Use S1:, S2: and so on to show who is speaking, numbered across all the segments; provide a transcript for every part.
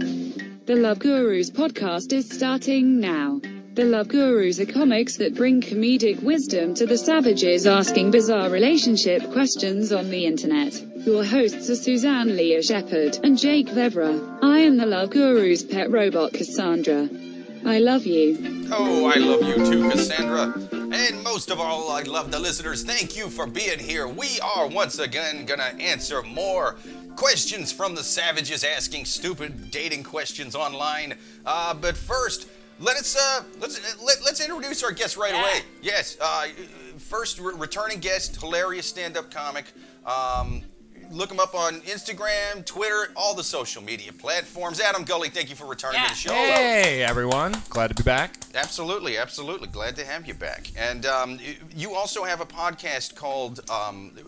S1: The Love Gurus podcast is starting now. The Love Gurus are comics that bring comedic wisdom to the savages asking bizarre relationship questions on the internet. Your hosts are Suzanne Leah Shepherd and Jake Vebra. I am the Love Gurus' pet robot Cassandra. I love you.
S2: Oh, I love you too, Cassandra. And most of all, I love the listeners. Thank you for being here. We are once again going to answer more questions from the savages asking stupid dating questions online. Uh, but first, let us uh, let's uh, let, let's introduce our guest right away. Yes, uh, first re- returning guest, hilarious stand-up comic. Um, look him up on Instagram, Twitter, all the social media platforms. Adam Gully, thank you for returning to the show.
S3: Hey everyone, glad to be back.
S2: Absolutely, absolutely. Glad to have you back. And um, y- you also have a podcast called um, it-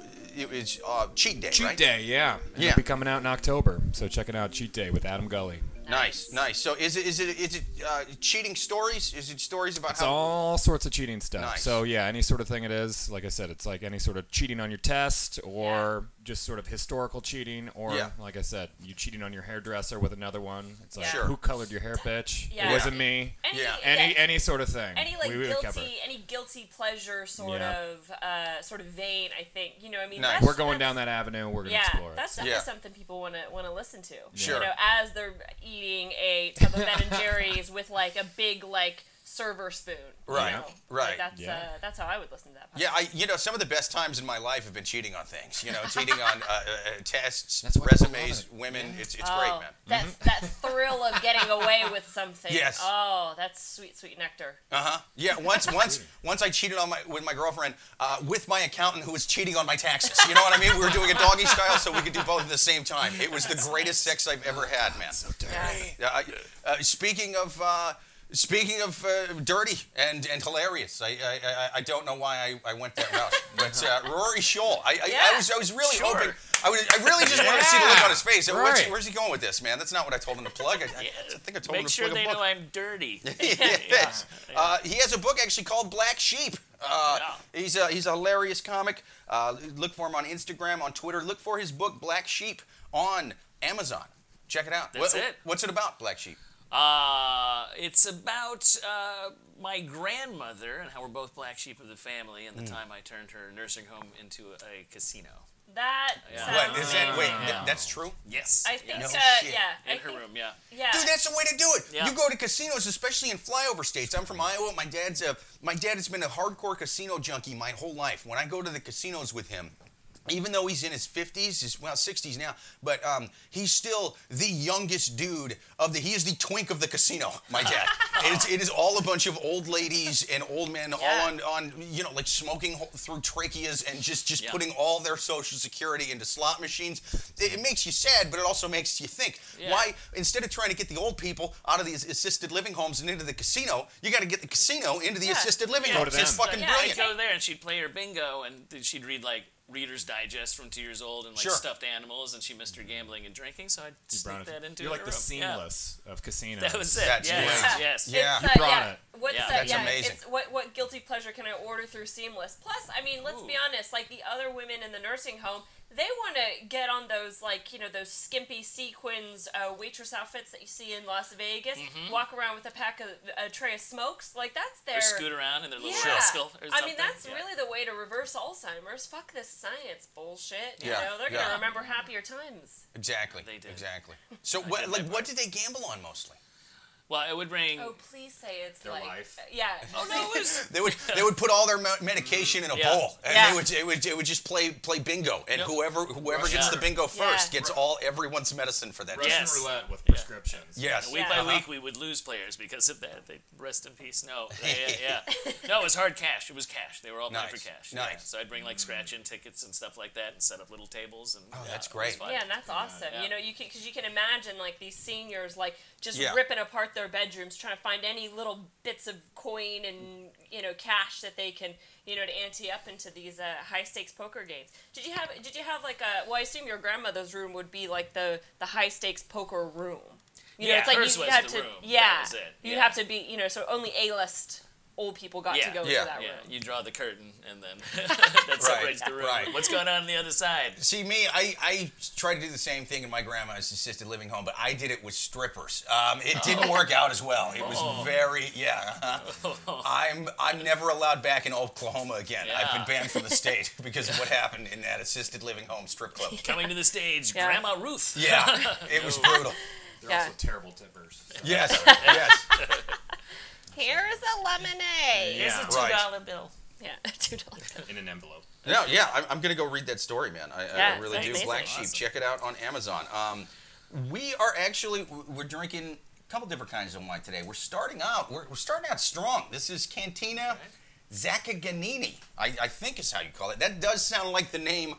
S2: it's uh, Cheat Day,
S3: Cheat
S2: right?
S3: Day, yeah. And
S2: Yeah.
S3: It'll be coming out in October, so check it out. Cheat Day with Adam Gully.
S2: Nice, nice. So is it is it is it uh, cheating stories? Is it stories about
S3: It's
S2: how?
S3: all sorts of cheating stuff.
S2: Oh. Nice.
S3: So yeah, any sort of thing it is. Like I said, it's like any sort of cheating on your test, or just sort of historical cheating, or
S2: Yeah.
S3: like I said, you cheating on your hairdresser with another one. It's like
S2: Sure.
S3: who colored your hair, bitch?
S4: Yeah.
S3: It wasn't me.
S4: Any,
S2: Yeah.
S3: Any any sort of thing.
S4: any like
S3: we would cover.
S4: guilty, any guilty pleasure sort
S3: Yeah.
S4: of, uh, sort of vein. I think you know. I mean,
S2: Nice.
S4: that's,
S3: We're going
S4: that's-
S3: down that avenue. and We're gonna
S4: Yeah,
S3: explore it.
S4: that's
S3: So-
S4: definitely
S2: Yeah.
S4: something people want to want to listen to.
S2: Sure.
S4: You know, as they're eating a tub of Ben and Jerry's with like a big like server spoon. you
S2: Right,
S4: know?
S2: right.
S4: Like, that's
S3: Yeah.
S4: uh, that's how I would listen to that. Podcast.
S2: Yeah, I you know some of the best times in my life have been cheating on things. You know, cheating on uh, uh, uh, tests,
S3: That's why people
S2: resumes,
S3: love it.
S2: women. It's it's
S4: Oh,
S2: great, man.
S4: That
S3: Mm-hmm.
S4: that thrill of getting away with something.
S2: Yes.
S4: Oh, that's sweet, sweet nectar.
S2: Uh huh. Yeah. Once, once, once I cheated on my with my girlfriend uh, with my accountant who was cheating on my taxes. You know what I mean? We were doing a doggy style, so we could do both at the same time. It was the greatest sex I've ever had, man. So
S3: dirty.
S2: Uh, uh, speaking of. Uh, Speaking of uh, dirty and, and hilarious, I, I, I, I don't know why I, I went that route. But uh, Rory Scholl, I, I, I
S4: Yeah.
S2: was I was really
S3: Sure.
S2: hoping I was I really just wanted to see the look on his face. Where's-
S3: Right.
S2: where's he going with this, man? That's not what I told him to plug. I, I, I think I told him
S5: Make
S2: to
S5: sure
S2: plug a
S5: they
S2: book.
S5: know I'm dirty.
S2: yes. Uh, he has a book actually called Black Sheep. Uh, He's a he's a hilarious comic. Uh, look for him on Instagram, on Twitter. Look for his book Black Sheep on Amazon. Check it out.
S5: That's
S2: What-
S5: it.
S2: What's it about, Black Sheep?
S5: Uh, it's about uh, my grandmother and how we're both black sheep of the family and the time I turned her nursing home into a casino.
S4: That sounds.
S2: What is that? Wait,
S4: amazing.
S2: th- that's true.
S5: Yes.
S4: I think.
S2: No
S4: uh,
S2: shit.
S4: yeah. I
S5: in her
S4: think-
S5: room, yeah.
S4: Yeah.
S2: Dude, that's the way to do it.
S5: Yeah.
S2: You go to casinos, especially in flyover states. I'm from Iowa. My dad's a my dad has been a hardcore casino junkie my whole life. When I go to the casinos with him, even though he's in his 50s, his, well, 60s now, but um, he's still the youngest dude of the. He is the twink of the casino. My dad. it's, it is all a bunch of old ladies and old men,
S4: Yeah.
S2: all on on you know like smoking ho- through tracheas and just just
S5: Yeah.
S2: putting all their social security into slot machines. It, it makes you sad, but it also makes you think.
S5: Yeah.
S2: Why instead of trying to get the old people out of these assisted living homes and into the casino, you got to get the casino into the
S4: Yeah.
S2: assisted living
S5: Go
S2: homes.
S3: to
S2: It's
S3: them.
S2: fucking
S4: Yeah,
S5: I'd
S2: brilliant.
S5: go there and she'd play her bingo and th- she'd read like Reader's Digest from two years old and like
S2: Sure.
S5: stuffed animals and she missed her gambling and drinking, so I'd
S3: Brown,
S5: sneak that into
S3: You're like
S5: her
S3: the
S5: room. Yeah.
S3: seamless of casinos.
S5: That was it.
S2: That's
S5: yes.
S2: great.
S5: Yes.
S2: Yeah.
S4: It's, uh,
S3: You brought
S4: yeah.
S3: it.
S4: What's
S5: Yeah.
S4: uh,
S2: That's
S4: yeah,
S2: amazing.
S4: It's, what what guilty pleasure can I order through Seamless? Plus, I mean, let's be
S5: Ooh.
S4: honest. Like the other women in the nursing home, they want to get on those like you know those skimpy sequins uh, waitress outfits that you see in Las Vegas. Walk around with a pack of a tray of smokes. Like that's their.
S5: Mm-hmm. Or scoot around in their little
S4: yeah.
S5: rascal or something.
S4: I mean, that's
S5: Yeah.
S4: really the way to reverse Alzheimer's. Fuck this science bullshit. You
S2: Yeah,
S4: know, they're
S2: yeah.
S4: gonna remember happier times.
S2: Exactly.
S5: They did.
S2: Exactly. So what
S5: did
S2: like
S5: that
S2: what did they gamble on mostly?
S5: Well, I would bring
S4: Oh, please say it's
S3: Their
S4: like
S3: life.
S4: yeah.
S5: Oh no, it was
S2: They would they would put all their me- medication in a
S5: Yeah.
S2: bowl, and
S4: Yeah.
S2: they would it would it would just play play bingo, and
S5: Yep.
S2: whoever whoever
S3: Russian
S2: gets the
S3: roulette.
S2: bingo first
S4: Yeah.
S2: gets all everyone's medicine for that.
S3: Russian
S5: Yes.
S3: roulette with prescriptions.
S2: Yes.
S5: Week
S4: Yeah.
S5: by
S2: Uh-huh.
S5: week, we would lose players because of that. They rest in peace. No, yeah, yeah. no, it was hard cash. It was cash. They were all playing
S2: Nice,
S5: for cash.
S2: nice.
S5: Yeah. So I'd bring like scratch-in tickets and stuff like that, and set up little tables. And oh,
S2: that's great.
S4: Yeah, and that's awesome.
S5: yeah.
S4: You know, you can because you can imagine like these seniors like just
S2: Yeah.
S4: ripping apart their bedrooms, trying to find any little bits of coin and you know cash that they can you know to ante up into these uh, high stakes poker games. Did you have Did you have like a? Well, I assume your grandmother's room would be like the the high stakes poker room. You
S5: Yeah,
S4: know, it's like
S5: hers
S4: you
S5: was
S4: have
S5: the
S4: to
S5: room. That
S4: yeah,
S5: was it.
S4: you'd
S5: Yeah.
S4: have to be you know so only A list old people got
S5: Yeah,
S4: to go
S2: yeah,
S4: into that
S5: Yeah,
S4: room.
S5: you draw the curtain, and then that separates the room.
S2: right.
S5: What's going on on the other side?
S2: See me, I, I tried to do the same thing in my grandma's assisted living home, but I did it with strippers. Um, it didn't work out as well. It was very yeah. uh-huh. I'm I'm never allowed back in Oklahoma again. I've
S5: Yeah.
S2: been banned from the state because of what happened in that assisted living home strip club.
S5: Coming to the stage,
S4: Yeah.
S5: Grandma Ruth.
S2: Yeah, it was brutal.
S3: They're
S4: Yeah.
S3: also terrible tippers. so-
S2: Yes, yes.
S4: Here's a lemonade.
S5: Here's
S3: Yeah,
S5: a two
S2: right.
S5: dollar bill.
S4: Yeah, two dollars.
S3: in an envelope.
S2: No, yeah, I'm, I'm gonna go read that story, man. I, I
S4: Yeah,
S2: really
S4: that's
S2: do.
S4: amazing.
S2: Black Sheep,
S5: Awesome.
S2: check it out on Amazon. Um, we are actually we're drinking a couple different kinds of wine today. We're starting out we're, we're starting out strong. This is Cantina Zaccaganini, I, I think is how you call it. That does sound like the name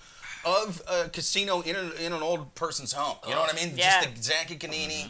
S2: of a casino in an, in an old person's home. You know what I mean?
S4: Oh, Yeah.
S2: Just the Zaccaganini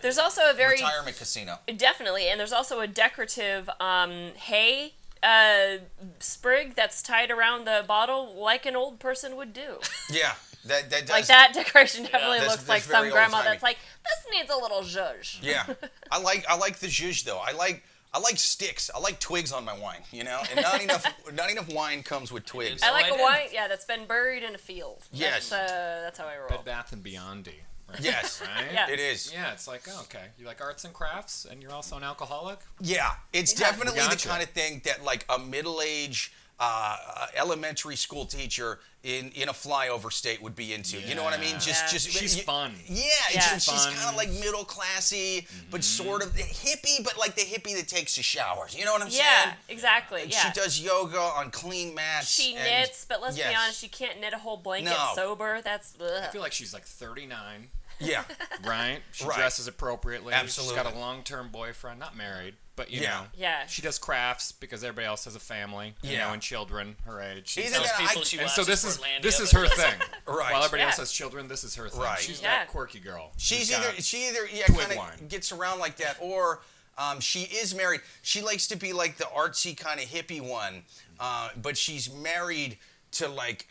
S4: There's also a very
S2: retirement casino.
S4: Definitely, and there's also a decorative um, hay uh, sprig that's tied around the bottle, like an old person would do.
S2: Yeah, that that does
S4: Like that decoration definitely
S2: That's-
S4: looks
S2: that's
S4: like some
S2: very
S4: grandma
S2: old-timey.
S4: that's like, this needs a little zhuzh.
S2: Yeah, I like I like the zhuzh though. I like I like sticks. I like twigs on my wine. You know, and not enough not enough wine comes with twigs.
S4: I
S5: Oh,
S4: like
S5: I
S4: a
S5: did.
S4: wine, yeah, that's been buried in a field.
S2: Yes.
S4: that's, uh, that's how I roll.
S3: Bed Bath and Beyond. Right?
S2: Yes,
S3: Right?
S4: Yeah.
S2: it is.
S3: Yeah, it's like, oh, okay. You like arts and crafts, and you're also an alcoholic?
S2: Yeah, it's definitely the
S3: Gotcha.
S2: kind of thing that like a middle aged uh, uh, elementary school teacher in in a flyover state would be into. You know what I mean? Just
S4: Yeah.
S2: just
S3: She's
S2: you-
S3: fun.
S2: Yeah,
S4: Yeah.
S2: She's, she's
S3: Fun. Mm-hmm.
S2: kind of like middle classy, but sort of hippie, but like the hippie that takes a shower. You know what I'm
S4: yeah,
S2: saying?
S4: exactly.
S2: And
S4: yeah.
S2: She does yoga on clean mats.
S4: She
S2: and-
S4: knits, but let's
S2: Yes.
S4: be honest, she can't knit a whole blanket
S2: No.
S4: sober. That's
S3: I feel
S4: ugh.
S3: like she's like 39,
S2: Yeah.
S3: right? She
S2: Right.
S3: dresses appropriately. She's got
S2: Absolutely.
S3: a long term boyfriend, not married, but you
S2: Yeah.
S3: know.
S4: Yeah.
S3: She does crafts because everybody else has a family, you
S2: Yeah.
S3: know, and children her age.
S2: She's
S5: Those
S2: Yeah, I-
S5: people she
S3: and so
S5: watches
S3: this
S5: for
S3: is
S5: Landia,
S3: this is
S5: but-
S3: her thing.
S2: Right.
S3: While everybody else
S4: Yeah.
S3: has children, this is her thing.
S2: Right.
S3: She's
S4: Yeah.
S3: that quirky girl.
S2: She's
S3: She's
S2: either
S3: got-
S2: she either yeah
S3: twig
S2: kind
S3: wine.
S2: of gets around like that, or um, she is married. She likes to be like the artsy kind of hippie one, uh, but she's married to like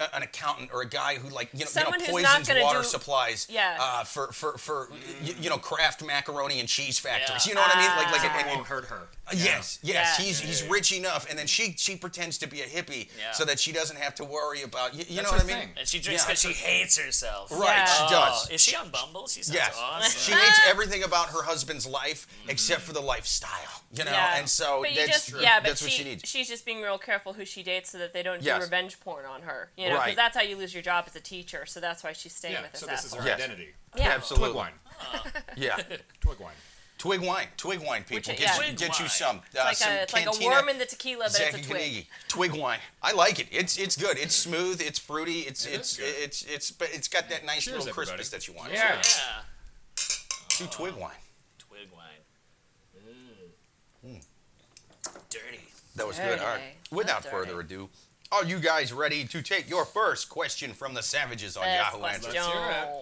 S2: uh, an accountant or a guy who like you know, you know
S4: Someone who's not
S2: poisons
S4: gonna
S2: water
S4: do-
S2: supplies
S4: Yeah.
S2: uh, for for for you, you know craft macaroni and cheese factories. You know what I mean? Like like
S3: it
S2: an- an-
S3: won't hurt her.
S2: Yes, yes,
S4: Yeah.
S2: he's he's rich enough, and then she she pretends to be a hippie
S5: Yeah.
S2: so that she doesn't have to worry about you, you
S3: That's
S2: know what
S3: her
S2: I mean?
S3: thing. Oh,
S5: And she drinks
S2: Yeah.
S5: because she hates herself. Oh,
S2: Right,
S4: Yeah.
S2: she does.
S5: Is she on Bumble? She sounds
S2: Yes. She
S5: awesome.
S2: hates everything about her husband's life
S3: Mm-hmm.
S2: except for the lifestyle, you know?
S4: Yeah.
S2: And so
S4: But you
S2: that's,
S4: just- yeah, but
S2: that's what she needs.
S4: She's just being real careful who she dates so that they don't
S2: Yes.
S4: do revenge porn on her. You know,
S2: Right.
S4: because that's how you lose your job as a teacher. So that's why she's staying
S3: Yeah.
S4: with this
S3: So this is
S4: asshole.
S3: her
S2: Yes.
S3: identity.
S4: yeah,
S2: Absolutely.
S3: Twig wine.
S2: Yeah.
S3: Twig wine.
S2: twig wine. Twig wine, people.
S4: Which-
S2: get,
S4: yeah.
S2: you, get you
S5: Twig
S2: some. uh,
S4: It's like,
S2: some
S4: a, it's like a
S2: Cantina
S4: worm in the tequila, but it's a twig.
S2: Zaccagnini. Twig wine. I like it. It's it's good. It's smooth. It's fruity. It's
S3: It
S2: it's
S3: is good.
S2: it's it's but it's got that nice
S3: Cheers,
S2: little crispness
S3: everybody.
S2: that you want.
S3: Yeah.
S5: Yeah.
S2: Two twig wine.
S5: Twig wine.
S2: Hmm.
S5: Mm. Dirty.
S2: That was good.
S4: Mmm. Dirty.
S2: All right. Without
S4: That's
S2: further
S4: dirty.
S2: ado, are you guys ready to take your first question from the savages on
S4: Best
S2: Yahoo Answers?
S4: question.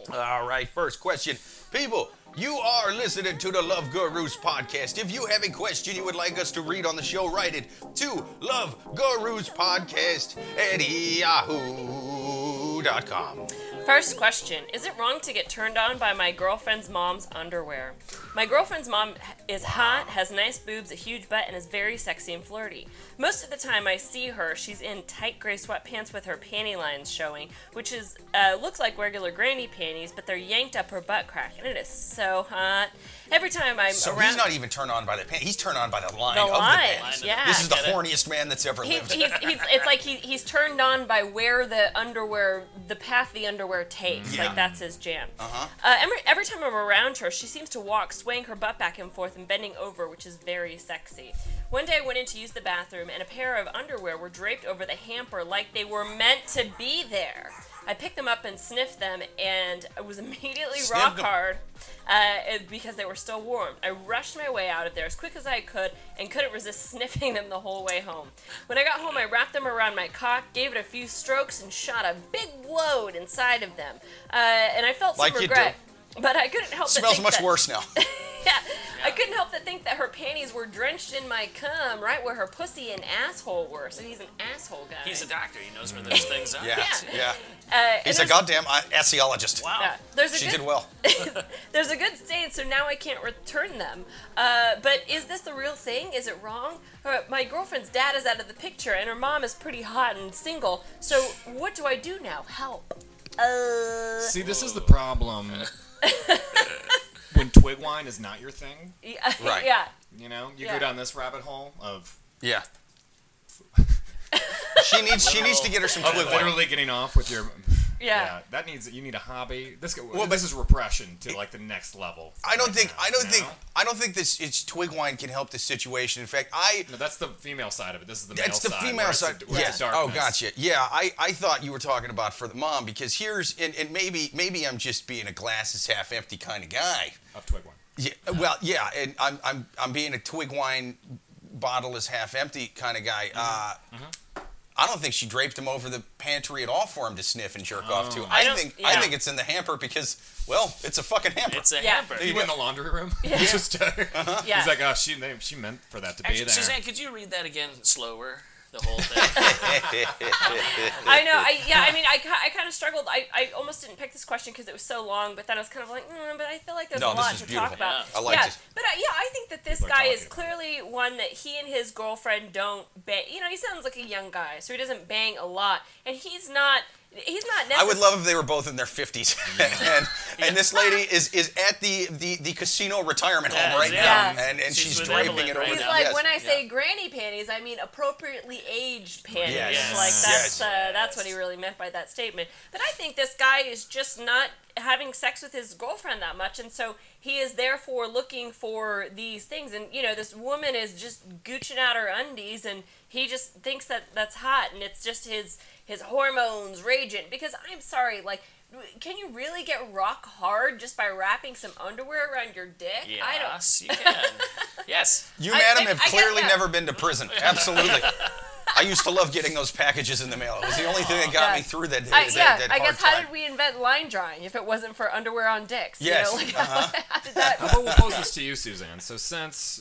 S3: Let's
S2: All right, first question. People, you are listening to the Love Gurus podcast. If you have a question you would like us to read on the show, write it to Love Gurus Podcast at yahoo.com.
S4: First question Is it wrong to get turned on by my girlfriend's mom's underwear? My girlfriend's mom h- is hot, has nice boobs, a huge butt, and is very sexy and flirty. Most of the time I see her, she's in tight gray sweatpants with her panty lines showing, which is uh, looks like regular granny panties, but they're yanked up her butt crack, and it is so hot. Every time I'm
S2: So
S4: around,
S2: he's not even turned on by the pants. He's turned on by the line
S4: The
S2: of
S4: line,
S2: the pants.
S4: yeah.
S2: This is the
S5: Get it?
S2: horniest man that's ever
S4: He,
S2: lived.
S4: he's, he's, it's like he, he's turned on by where the underwear, the path the underwear takes.
S2: Yeah.
S4: Like that's his jam. Uh-huh. Uh, every, every time I'm around her, she seems to walk, swaying her butt back and forth and bending over, which is very sexy. One day I went in to use the bathroom, and a pair of underwear were draped over the hamper like they were meant to be there. I picked them up and sniffed them, and I was immediately
S2: Sniffed
S4: rock
S2: them.
S4: hard uh, it- because they were still warm. I rushed my way out of there as quick as I could and couldn't resist sniffing them the whole way home. When I got home, I wrapped them around my cock, gave it a few strokes, and shot a big load inside of them. Uh, and I felt some
S2: Like you do.
S4: regret. But I couldn't help but
S2: Smells
S4: think
S2: much
S4: that-
S2: worse now.
S4: yeah. I couldn't help but think that her panties were drenched in my cum, right where her pussy and asshole were. So he's an asshole guy.
S5: He's a doctor. He knows where
S4: Mm.
S5: those things are.
S2: Yeah,
S4: Yeah.
S2: yeah.
S4: Uh, and
S2: He's a
S4: there's-
S2: goddamn uh, asseologist.
S5: Wow.
S4: yeah, there's a
S2: She
S4: good,
S2: did well.
S4: There's a good stain, so now I can't return them. Uh, but is this the real thing? Is it wrong? Her, my girlfriend's dad is out of the picture, and her mom is pretty hot and single. So what do I do now? Help. Uh,
S3: See, this is the problem. when twig wine is not your thing,
S4: yeah,
S2: Right.
S4: yeah.
S3: you know, you
S4: Yeah.
S3: go down this rabbit hole of
S2: Yeah. she needs she needs to get her some
S3: of
S2: twig wine.
S3: literally getting off with your.
S4: Yeah.
S3: that needs you need a hobby. This go-
S2: Well,
S3: this is repression to like the next level.
S2: I don't think I don't
S3: No?
S2: think I don't think this it's twig wine can help the situation. In fact, I
S3: No, that's the female side of it. This is the male
S2: That's the
S3: side.
S2: female side.
S3: Yes.
S2: Yes. Oh, gotcha. Yeah, I, I thought you were talking about for the mom because here's and, and maybe maybe I'm just being a glass is half empty kind of guy.
S3: Of twig wine.
S2: Yeah.
S3: Uh-huh.
S2: Well, yeah, and I'm I'm I'm being a twig wine bottle is half empty kind of guy. Uh,
S3: Mm-hmm.
S2: I don't think she draped him over the pantry at all for him to sniff and jerk off
S3: Oh.
S2: to. I,
S4: don't-
S2: think
S4: yeah.
S2: I think it's in the hamper because well, it's a fucking hamper.
S5: It's a
S4: Yeah.
S5: hamper.
S3: He went in the laundry room.
S4: Yeah.
S3: Just, uh,
S2: Uh-huh.
S4: Yeah.
S3: He's like, oh, she they, she meant for that to be
S5: Actually,
S3: there.
S5: Suzanne, could you read that again slower? The whole thing.
S4: I know. I yeah. I mean, I, ki- I kind of struggled. I, I almost didn't pick this question because it was so long. But then I was kind of like, mm, but I feel like there's
S2: No,
S4: a
S2: this
S4: lot
S2: is
S4: to
S2: beautiful.
S4: talk about.
S2: I like
S4: yeah.
S2: this.
S4: But uh, yeah, I think that this
S3: People are
S4: guy is
S3: talking.
S4: clearly one that he and his girlfriend don't bang. You know, he sounds like a young guy, so he doesn't bang a lot, and he's not. He's not. Necess-
S2: I would love if they were both in their 50s. and, and this lady is, is at the, the, the casino retirement home
S5: Yeah,
S2: right
S5: yeah.
S2: now, and, and
S5: She's
S2: she's,
S5: with
S2: draping
S5: Evelyn
S2: it
S5: right
S2: over.
S4: He's
S5: now.
S4: like
S2: yes.
S4: when I say granny panties, I mean appropriately aged panties.
S2: Yes.
S4: Like
S5: Yes.
S2: Yes.
S4: that's uh, that's what he really meant by that statement. But I think this guy is just not having sex with his girlfriend that much, and so he is therefore looking for these things. And you know, this woman is just gooching out her undies, and he just thinks that that's hot, and it's just his his hormones raging. Because I'm sorry, like. Can you really get rock hard just by wrapping some underwear around your dick? I don't
S5: Yes, you can. Yes.
S2: You,
S4: I-
S2: madam,
S4: I-
S2: have
S4: I get
S2: clearly
S4: that.
S2: never been to prison. Absolutely. I used to love getting those packages in the mail. It was the only thing that got
S4: Yeah.
S2: me through that, that,
S4: I,
S2: that,
S4: yeah,
S2: that
S4: I
S2: hard
S4: guess how
S2: time.
S4: did we invent line drawing if it wasn't for underwear on dicks?
S2: Yes, uh-huh.
S4: You know, like, how did that,
S3: But we'll pose this to you, Suzanne. So since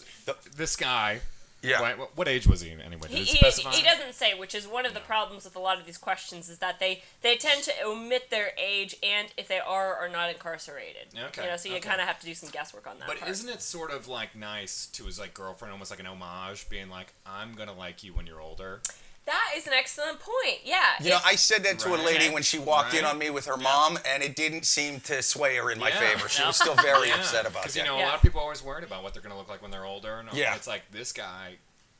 S3: this guy,
S2: Yeah.
S3: why- what, what age was he anyway? Did
S4: he,
S3: it
S4: he,
S3: specify?
S4: he doesn't say, which is one of the problems with a lot of these questions is that they, they tend to omit their age and if they are or not incarcerated.
S3: Okay,
S4: You know, so you
S3: okay.
S4: kind of have to do some guesswork on that.
S3: But
S4: part.
S3: isn't it sort of like nice to his like girlfriend, almost like an homage, being like, "I'm gonna like you when you're older."
S4: that is an excellent point. Yeah.
S2: You know,
S4: it's-
S2: I said that to a
S3: Right.
S2: lady when she walked in
S3: Right.
S2: on me with her mom, and it didn't seem to sway her in my
S3: Yeah.
S2: favor. She was still very upset about
S3: Because
S2: that.
S3: you know, a
S4: Yeah.
S3: lot of people are always worried about what they're gonna look like when they're older, and all-
S2: Yeah.
S3: it's like this guy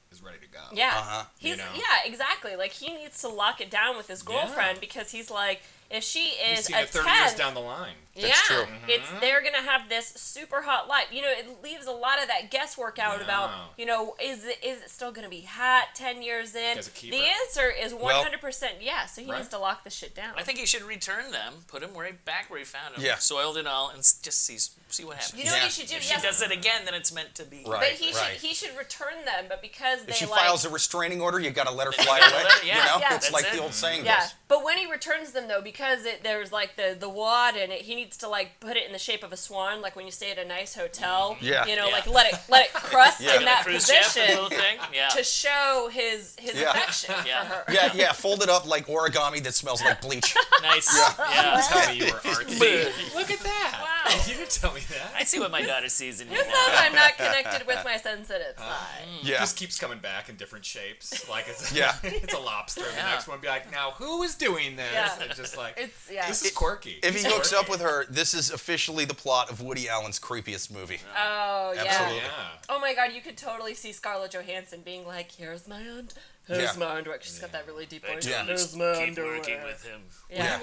S3: is ready to go.
S4: Yeah.
S2: Uh-huh.
S4: He's
S3: You know.
S4: yeah, exactly. Like he needs to lock it down with his girlfriend because he's like, if she
S3: you
S4: is
S3: see
S4: a
S3: it 30
S4: 10,
S3: years down the line.
S2: That's
S4: yeah,
S2: true.
S4: it's
S5: Mm-hmm.
S4: they're gonna have this super hot life. You know, it leaves a lot of that guesswork out about
S3: Wow.
S4: you know is it is it still gonna be hot ten years in?
S3: As a keeper.
S4: The answer is one
S2: Well-
S4: hundred percent yes. So he
S3: Right.
S4: needs to lock this shit down.
S5: I think he should return them, put them right back where he found them,
S2: Yeah.
S5: soiled and all, and s- just see see what happens.
S4: you know what
S2: Yeah.
S4: you should do.
S5: if she
S4: Yes,
S5: does it again, then it's meant to be.
S2: Right.
S4: but he
S2: right.
S4: should he should return them. But because they
S2: if she
S4: like
S2: files a restraining order, you got to let her
S5: you
S2: fly
S5: gotta
S2: away.
S5: let her-
S2: you
S5: yeah,
S2: know,
S4: yeah.
S2: it's
S4: That's
S2: like
S5: it.
S2: the old saying
S4: Yeah,
S2: goes.
S4: but when he returns them though, because it, there's like the the wad in it, he needs to like put it in the shape of a swan, like when you stay at a nice hotel.
S2: Yeah.
S4: you know,
S5: Yeah.
S4: like let it let it crust
S2: Yeah.
S4: in that
S5: Cruise ship, the
S4: position
S5: little thing. Yeah.
S4: to show his his
S2: Yeah.
S4: affection
S5: Yeah.
S4: for her.
S2: Yeah, yeah, fold it up like origami that smells like bleach.
S5: Nice. Yeah.
S3: Tell me you were artsy. Look at that.
S4: Wow.
S3: You didn't tell me that.
S5: I see what my daughter sees in you.
S4: Who says I'm not connected with my sensitive side?
S2: Yeah.
S3: Just keeps coming back in different shapes. Like it's
S2: Yeah.
S3: it's a lobster. And the
S5: Yeah.
S3: next one be like, now who is doing this?
S4: Yeah.
S3: And just like
S4: It's yeah.
S3: this is quirky.
S2: If he
S3: It's
S2: hooks
S3: quirky.
S2: up with her, this is officially the plot of Woody Allen's creepiest movie.
S4: oh yeah.
S2: Absolutely.
S3: Yeah.
S4: Oh my god, you could totally see Scarlett Johansson being like, "Here's my und, here's
S2: Yeah.
S4: my underwear." 'cause She's got that really deep voice.
S2: Yeah.
S4: Here's my
S5: Keep
S4: underwear.
S5: working with him.
S4: Yeah.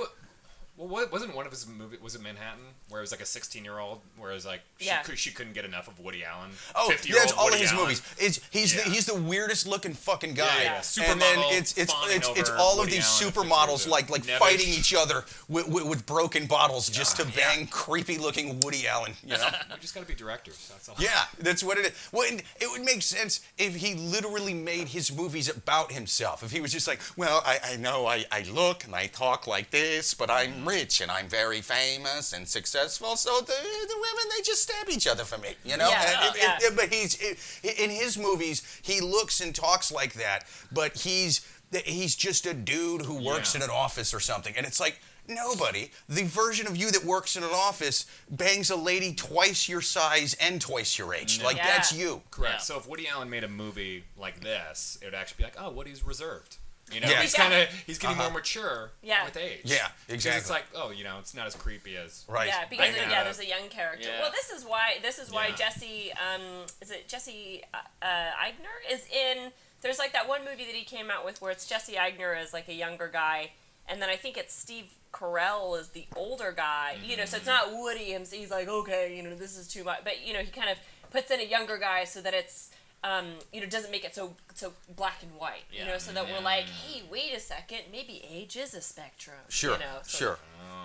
S3: Well, what, wasn't one of his movies? Was it Manhattan, where it was like a sixteen-year-old, where it was like she,
S4: Yeah.
S3: could, she couldn't get enough of Woody Allen.
S2: Oh, yeah,
S3: 50-year-old
S2: it's all of
S3: Woody
S2: his
S3: Allen.
S2: movies. It's, he's the,
S3: Yeah.
S2: he's the weirdest looking fucking guy.
S3: yeah.
S2: And then
S3: Supermodel
S2: it's it's
S3: fawning
S2: it's, it's
S3: over
S2: all of
S3: Woody
S2: these
S3: Allen if it's
S2: supermodels
S3: Woody.
S2: like like
S3: Never-
S2: fighting each other with, with, with broken bottles just to bang creepy looking Woody Allen. You know.
S3: We just gotta be directors. That's all.
S2: Yeah, that's what it is. Well, and it would make sense if he literally made his movies about himself. If he was just like, well, I, I know I, I look and I talk like this, but I'm I'm rich and I'm very famous and successful. So the, the women they just stab each other for me, you know.
S4: Yeah,
S2: And it-
S4: yeah.
S2: it- it- but he's it, in his movies he looks and talks like that, but he's he's just a dude who works
S3: Yeah.
S2: in an office or something, and it's like. Nobody. The version of you that works in an office bangs a lady twice your size and twice your age. Like
S4: Yeah.
S2: that's you.
S3: Correct.
S5: Yeah.
S3: So if Woody Allen made a movie like this, it would actually be like, oh, Woody's reserved. You know,
S2: Yeah.
S3: he's
S4: Yeah.
S3: kind of he's getting
S2: Uh-huh.
S3: more mature
S4: Yeah.
S3: with age.
S2: Yeah,
S3: 'Cause It's
S2: exactly.
S3: like, oh, you know, it's not as creepy as
S2: Right.
S4: Yeah, because
S3: Right
S4: yeah,
S3: now.
S4: there's a young character.
S5: Yeah.
S4: Well, this is why this is why
S3: Yeah.
S4: Jesse um is it Jesse uh, Eigner is in. There's like that one movie that he came out with where it's Jesse Eigner as like a younger guy, and then I think it's Steve Carell is the older guy. You know, so it's not Woody him. He's like, okay, you know, this is too much. But you know, he kind of puts in a younger guy so that it's. Um, you know, doesn't make it so so black and white. You
S5: Yeah.
S4: know, so that we're like, hey, wait a second, maybe age is a spectrum. you
S2: Sure.
S4: know, so-
S2: sure.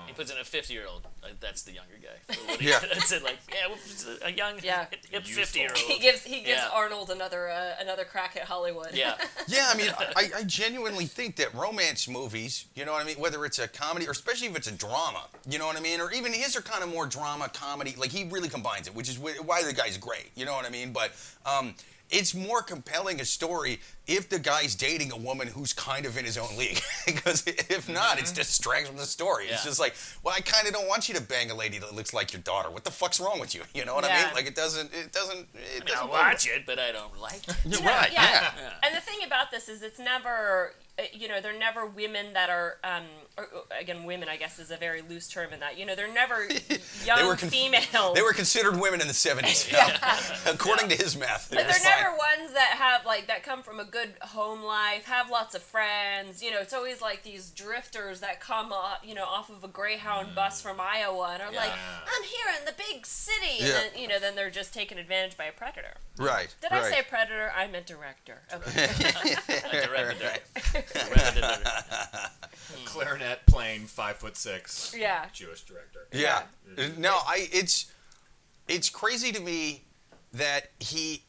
S5: He puts in a 50 year old. Like, that's the younger guy. For Woody.
S2: Yeah.
S5: that's it. Like, yeah, well, it's a- a young,
S4: Yeah.
S5: hip
S3: Youthful.
S5: 50 year
S4: he
S5: old.
S4: gives he gives
S5: Yeah.
S4: Arnold another uh, another crack at Hollywood.
S5: Yeah.
S2: Yeah, I mean, I, I genuinely think that romance movies, you know what I mean, whether it's a comedy or especially if it's a drama, you know what I mean, or even his are kind of more drama comedy. Like he really combines it, which is wh- why the guy's great. You know what I mean? But um, it's more compelling a story if the guy's dating a woman who's kind of in his own league, because if not, it's distracts from the story. It's
S5: Yeah.
S2: just like, well, I kind of don't want you to bang a lady that looks like your daughter. What the fuck's wrong with you? You know what I
S4: Yeah.
S2: mean? Like it doesn't, it doesn't, it
S5: I
S2: doesn't.
S5: watch it, but I don't like it.
S2: You're
S4: Yeah,
S2: right.
S4: yeah.
S2: yeah.
S4: And the thing about this is, it's never uh, you know they're never women that are um or, uh, again women I guess is a very loose term in that you know they're never young
S2: were conf-
S4: females.
S2: They were considered women in the 70s, according to his math.
S4: but they're never ones that have like that come from a good home life, have lots of friends. You know, it's always like these drifters that come, uh, you know, off of a
S2: Mm.
S4: Greyhound bus from Iowa and are like,
S5: Yeah.
S4: "I'm here in the big city," and
S2: Yeah.
S4: then, you know, then they're just taken advantage by a predator.
S2: Right.
S4: Did I say predator? I meant director. Okay.
S5: Like the rabbit
S2: Right.
S5: did. Rabbit did better.
S3: clarinet playing five foot six
S4: yeah.
S3: Jewish director.
S2: Yeah. No, I it's it's crazy to me that he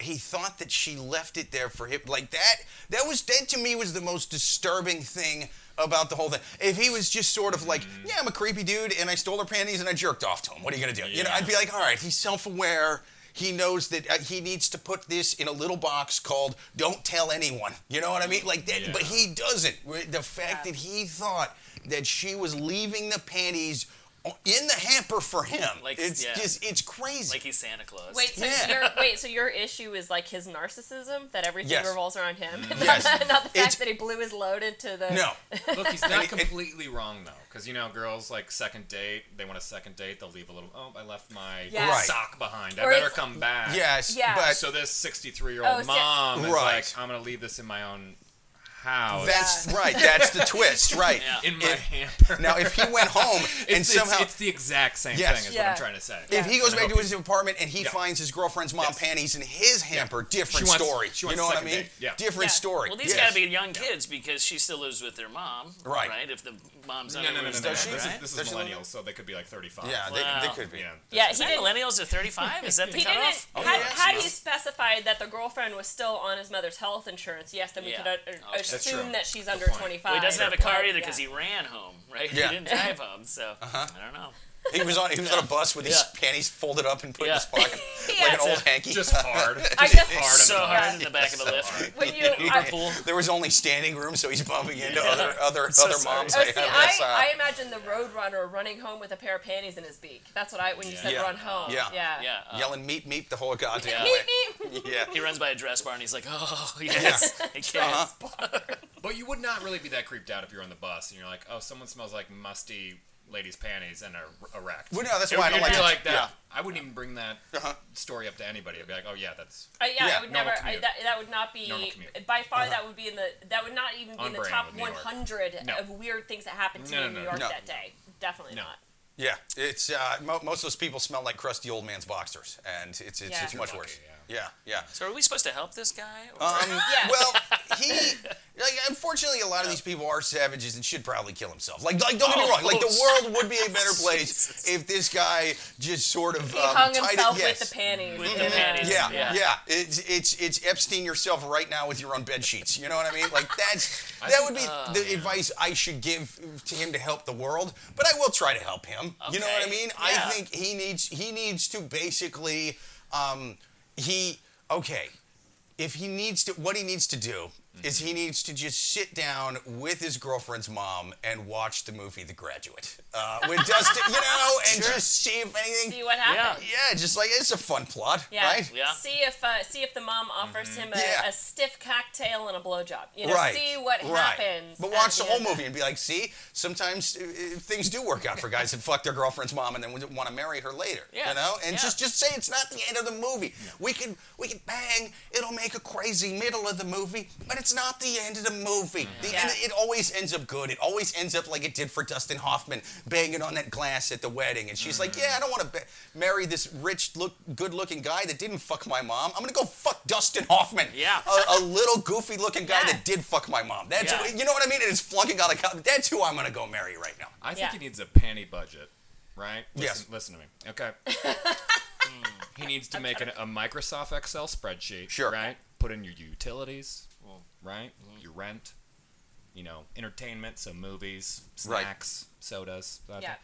S2: he thought that she left it there for him like that that was that to me was the most disturbing thing about the whole thing if he was just sort of like
S5: Mm-hmm.
S2: yeah i'm a creepy dude and i stole her panties and i jerked off to him what are you gonna do you know i'd be like all right he's self-aware he knows that uh, he needs to put this in a little box called don't tell anyone you know what i mean like that but he doesn't the fact that he thought that she was leaving the panties o- in the hamper for him
S5: Like,
S2: it's
S5: yeah.
S2: just it's crazy
S5: Like he's Santa Claus.
S4: Wait, so
S2: Yeah.
S4: your wait, so your issue is like his narcissism that everything
S2: Yes.
S4: revolves around him, not,
S2: Yes.
S4: the, not the fact
S2: It's-
S4: that he blew his load into the
S2: no
S3: Look, he's not
S2: And it-
S3: completely wrong though, because you know, girls like second date. They want a second date. They'll leave a little. Oh, I left my
S4: Yeah. Right.
S3: sock behind. I
S4: Or
S3: better
S4: it's-
S3: come back.
S2: Yes,
S4: Yeah.
S2: but
S3: So this
S4: Oh,
S3: sixty-three-year-old
S4: so-
S3: mom is
S2: Right.
S3: like, I'm gonna leave this in my own house.
S2: that's right. That's the twist, right?
S5: Yeah.
S3: in my
S2: If-
S3: hamper.
S2: Now, if he went home
S3: it's,
S2: and
S3: it's-
S2: somehow,
S3: it's the exact same
S2: Yes.
S3: thing. Is what
S4: Yeah.
S3: I'm trying to say.
S2: if he goes
S3: I
S2: back to
S3: hope
S2: his apartment and he
S3: Yeah.
S2: finds his girlfriend's mom
S3: Yes.
S2: panties in his hamper, different
S3: She wants-
S2: story.
S3: she
S2: you
S3: wants
S2: know what I
S3: second
S2: mean?
S3: date. Yeah.
S2: Different
S4: Yeah.
S2: story.
S5: Well, these
S2: Yes.
S5: gotta be young kids because she still lives with their mom,
S2: Right.
S5: Right. If the mom's
S3: No, no,
S5: not
S3: no, no, no. no.
S2: Does
S5: Right?
S2: she?
S3: This is, this
S2: Does
S3: is
S2: she live in-
S3: millennials, so they could be like 35.
S2: Yeah, they,
S5: Wow.
S2: they could be.
S3: yeah.
S4: Yeah,
S5: Is
S4: he
S5: that
S4: didn't.
S5: millennials are 35? Is that the
S4: He didn't. Oh,
S5: cutoff?
S4: had,
S2: yes,
S4: had he
S2: yes.
S4: specified that the girlfriend was still on his mother's health insurance, yes, then we
S5: Yeah.
S4: could uh,
S5: Okay. That's
S4: assume
S3: true.
S4: that she's under
S3: point.
S4: twenty five.
S5: Well, he doesn't have a car either
S4: Yeah.
S5: because he ran home, right?
S2: Yeah.
S5: He didn't drive home, so
S3: Uh-huh.
S5: I don't know.
S2: He was on. He was on a bus with his
S5: Yeah.
S2: panties folded up and put in
S5: Yeah.
S2: his pocket
S4: Yeah.
S2: like an old
S5: That's it.
S2: hanky.
S3: Just hard. Just
S4: I guess-
S3: hard.
S5: So
S3: on the
S5: hard
S3: bus.
S5: in the back of the lift.
S4: When you, I,
S5: Pool.
S2: there was only standing room, so he's bumping into
S5: Yeah.
S2: other other
S5: So
S2: other
S5: sorry.
S2: moms.
S4: Oh,
S2: that
S4: see,
S2: have uh, that
S4: I, I
S2: side.
S4: imagine the road runner running home with a pair of panties in his beak. That's what I when you said
S2: Yeah.
S4: run home.
S2: Yeah.
S4: Yeah.
S5: Yeah. uh,
S2: yelling meep meep the whole goddamn
S5: Yeah.
S2: way.
S4: Meep, meep.
S2: Yeah.
S5: He runs by a dress bar and he's like, oh, yes. I guess.
S3: Uh-huh. But you would not really be that creeped out if you're on the bus and you're like, oh, someone smells like musty ladies' panties and are erect.
S2: Well, no, that's why I don't
S3: You'd
S2: like
S3: be
S2: it.
S3: like that.
S2: Yeah.
S3: I wouldn't even bring that
S2: Uh-huh.
S3: story up to anybody. I'd be like, oh yeah, that's
S4: I, Uh, yeah,
S2: Yeah,
S4: I would never.
S3: normal
S4: I,
S3: commute.
S4: that, that would not
S3: Normal
S4: be
S3: commute.
S4: by
S2: Uh-huh.
S4: far. That would be in the. That would not even be
S3: On
S4: in the
S3: brand
S4: top
S3: with New York.
S4: 100
S3: No.
S4: of weird things that happened to
S3: No,
S4: me
S3: no,
S4: in
S3: no,
S4: New York
S2: no.
S4: that day. Definitely
S3: No.
S4: not.
S2: Yeah, it's uh, mo- most of those people smell like crusty old man's boxers, and it's it's,
S4: Yeah.
S2: it's much worse.
S3: Lucky,
S2: Yeah. Yeah, yeah.
S5: So are we supposed to help this guy?
S3: Uh,
S5: Or-
S2: Um,
S4: Yeah.
S2: Well, he like unfortunately a lot of these people are savages and should probably kill himself. Like, like don't
S4: Oh,
S2: get me wrong. Like the world would be a better place if this guy just sort of
S4: He
S2: um,
S4: hung
S2: tied
S4: himself
S2: it. Yes.
S4: with the panties.
S5: With the
S4: Yeah.
S5: panties.
S2: Yeah, yeah,
S5: Yeah.
S2: It's it's it's Epstein yourself right now with your own bed sheets. You know what I mean? Like that's
S3: I
S2: that
S3: think-
S2: would be the advice I should give to him to help the world. But I will try to help him. You know what I
S5: Okay,
S2: mean?
S5: yeah.
S2: I think he needs he needs to basically um, he okay. If he needs to, what he needs to do is he needs to just sit down with his girlfriend's mom and watch the movie The Graduate uh, with Dustin, you know, and just see if anything.
S4: See what happens.
S2: Yeah, just like it's a fun plot,
S4: Yeah.
S2: right? Mm-hmm.
S5: Yeah.
S4: See if uh, see if the mom offers him a,
S2: Yeah.
S4: a stiff cocktail and a blowjob. You know,
S2: right.
S4: see what
S2: right.
S4: happens.
S2: But
S4: at
S2: watch the whole
S4: end.
S2: movie and be like, see, sometimes uh, uh, things do work out for guys that fuck their girlfriend's mom and then want to marry her later.
S5: Yeah.
S2: You know, and
S5: Yeah.
S2: just just say it's not the end of the movie. We can we can bang. It'll make a crazy middle of the movie, but it's not the end of the movie. The end,
S4: Yeah.
S2: it always ends up good. It always ends up like it did for Dustin Hoffman, banging on that glass at the wedding, and she's
S4: Mm.
S2: like, yeah, I don't want to ba- marry this rich, look good-looking guy that didn't fuck my mom. I'm gonna go fuck Dustin Hoffman. Oh,
S5: Yeah.
S2: A, a little goofy-looking guy
S4: Yeah.
S2: that did fuck my mom. That's
S5: Yeah.
S2: who- you know what I mean. And it's flunking out of college. That's who I'm gonna go marry right now.
S3: I think
S4: Yeah.
S3: he needs a panty budget, right? Listen,
S2: Yes.
S3: Listen to me. Okay. Hmm, he needs to make an, a Microsoft Excel spreadsheet.
S2: Sure.
S3: Right. Put in your utilities. Well, right.
S4: mm-hmm.
S3: Your rent. You know, entertainment. So movies,
S2: Right.
S3: snacks, sodas. that-
S4: Yeah.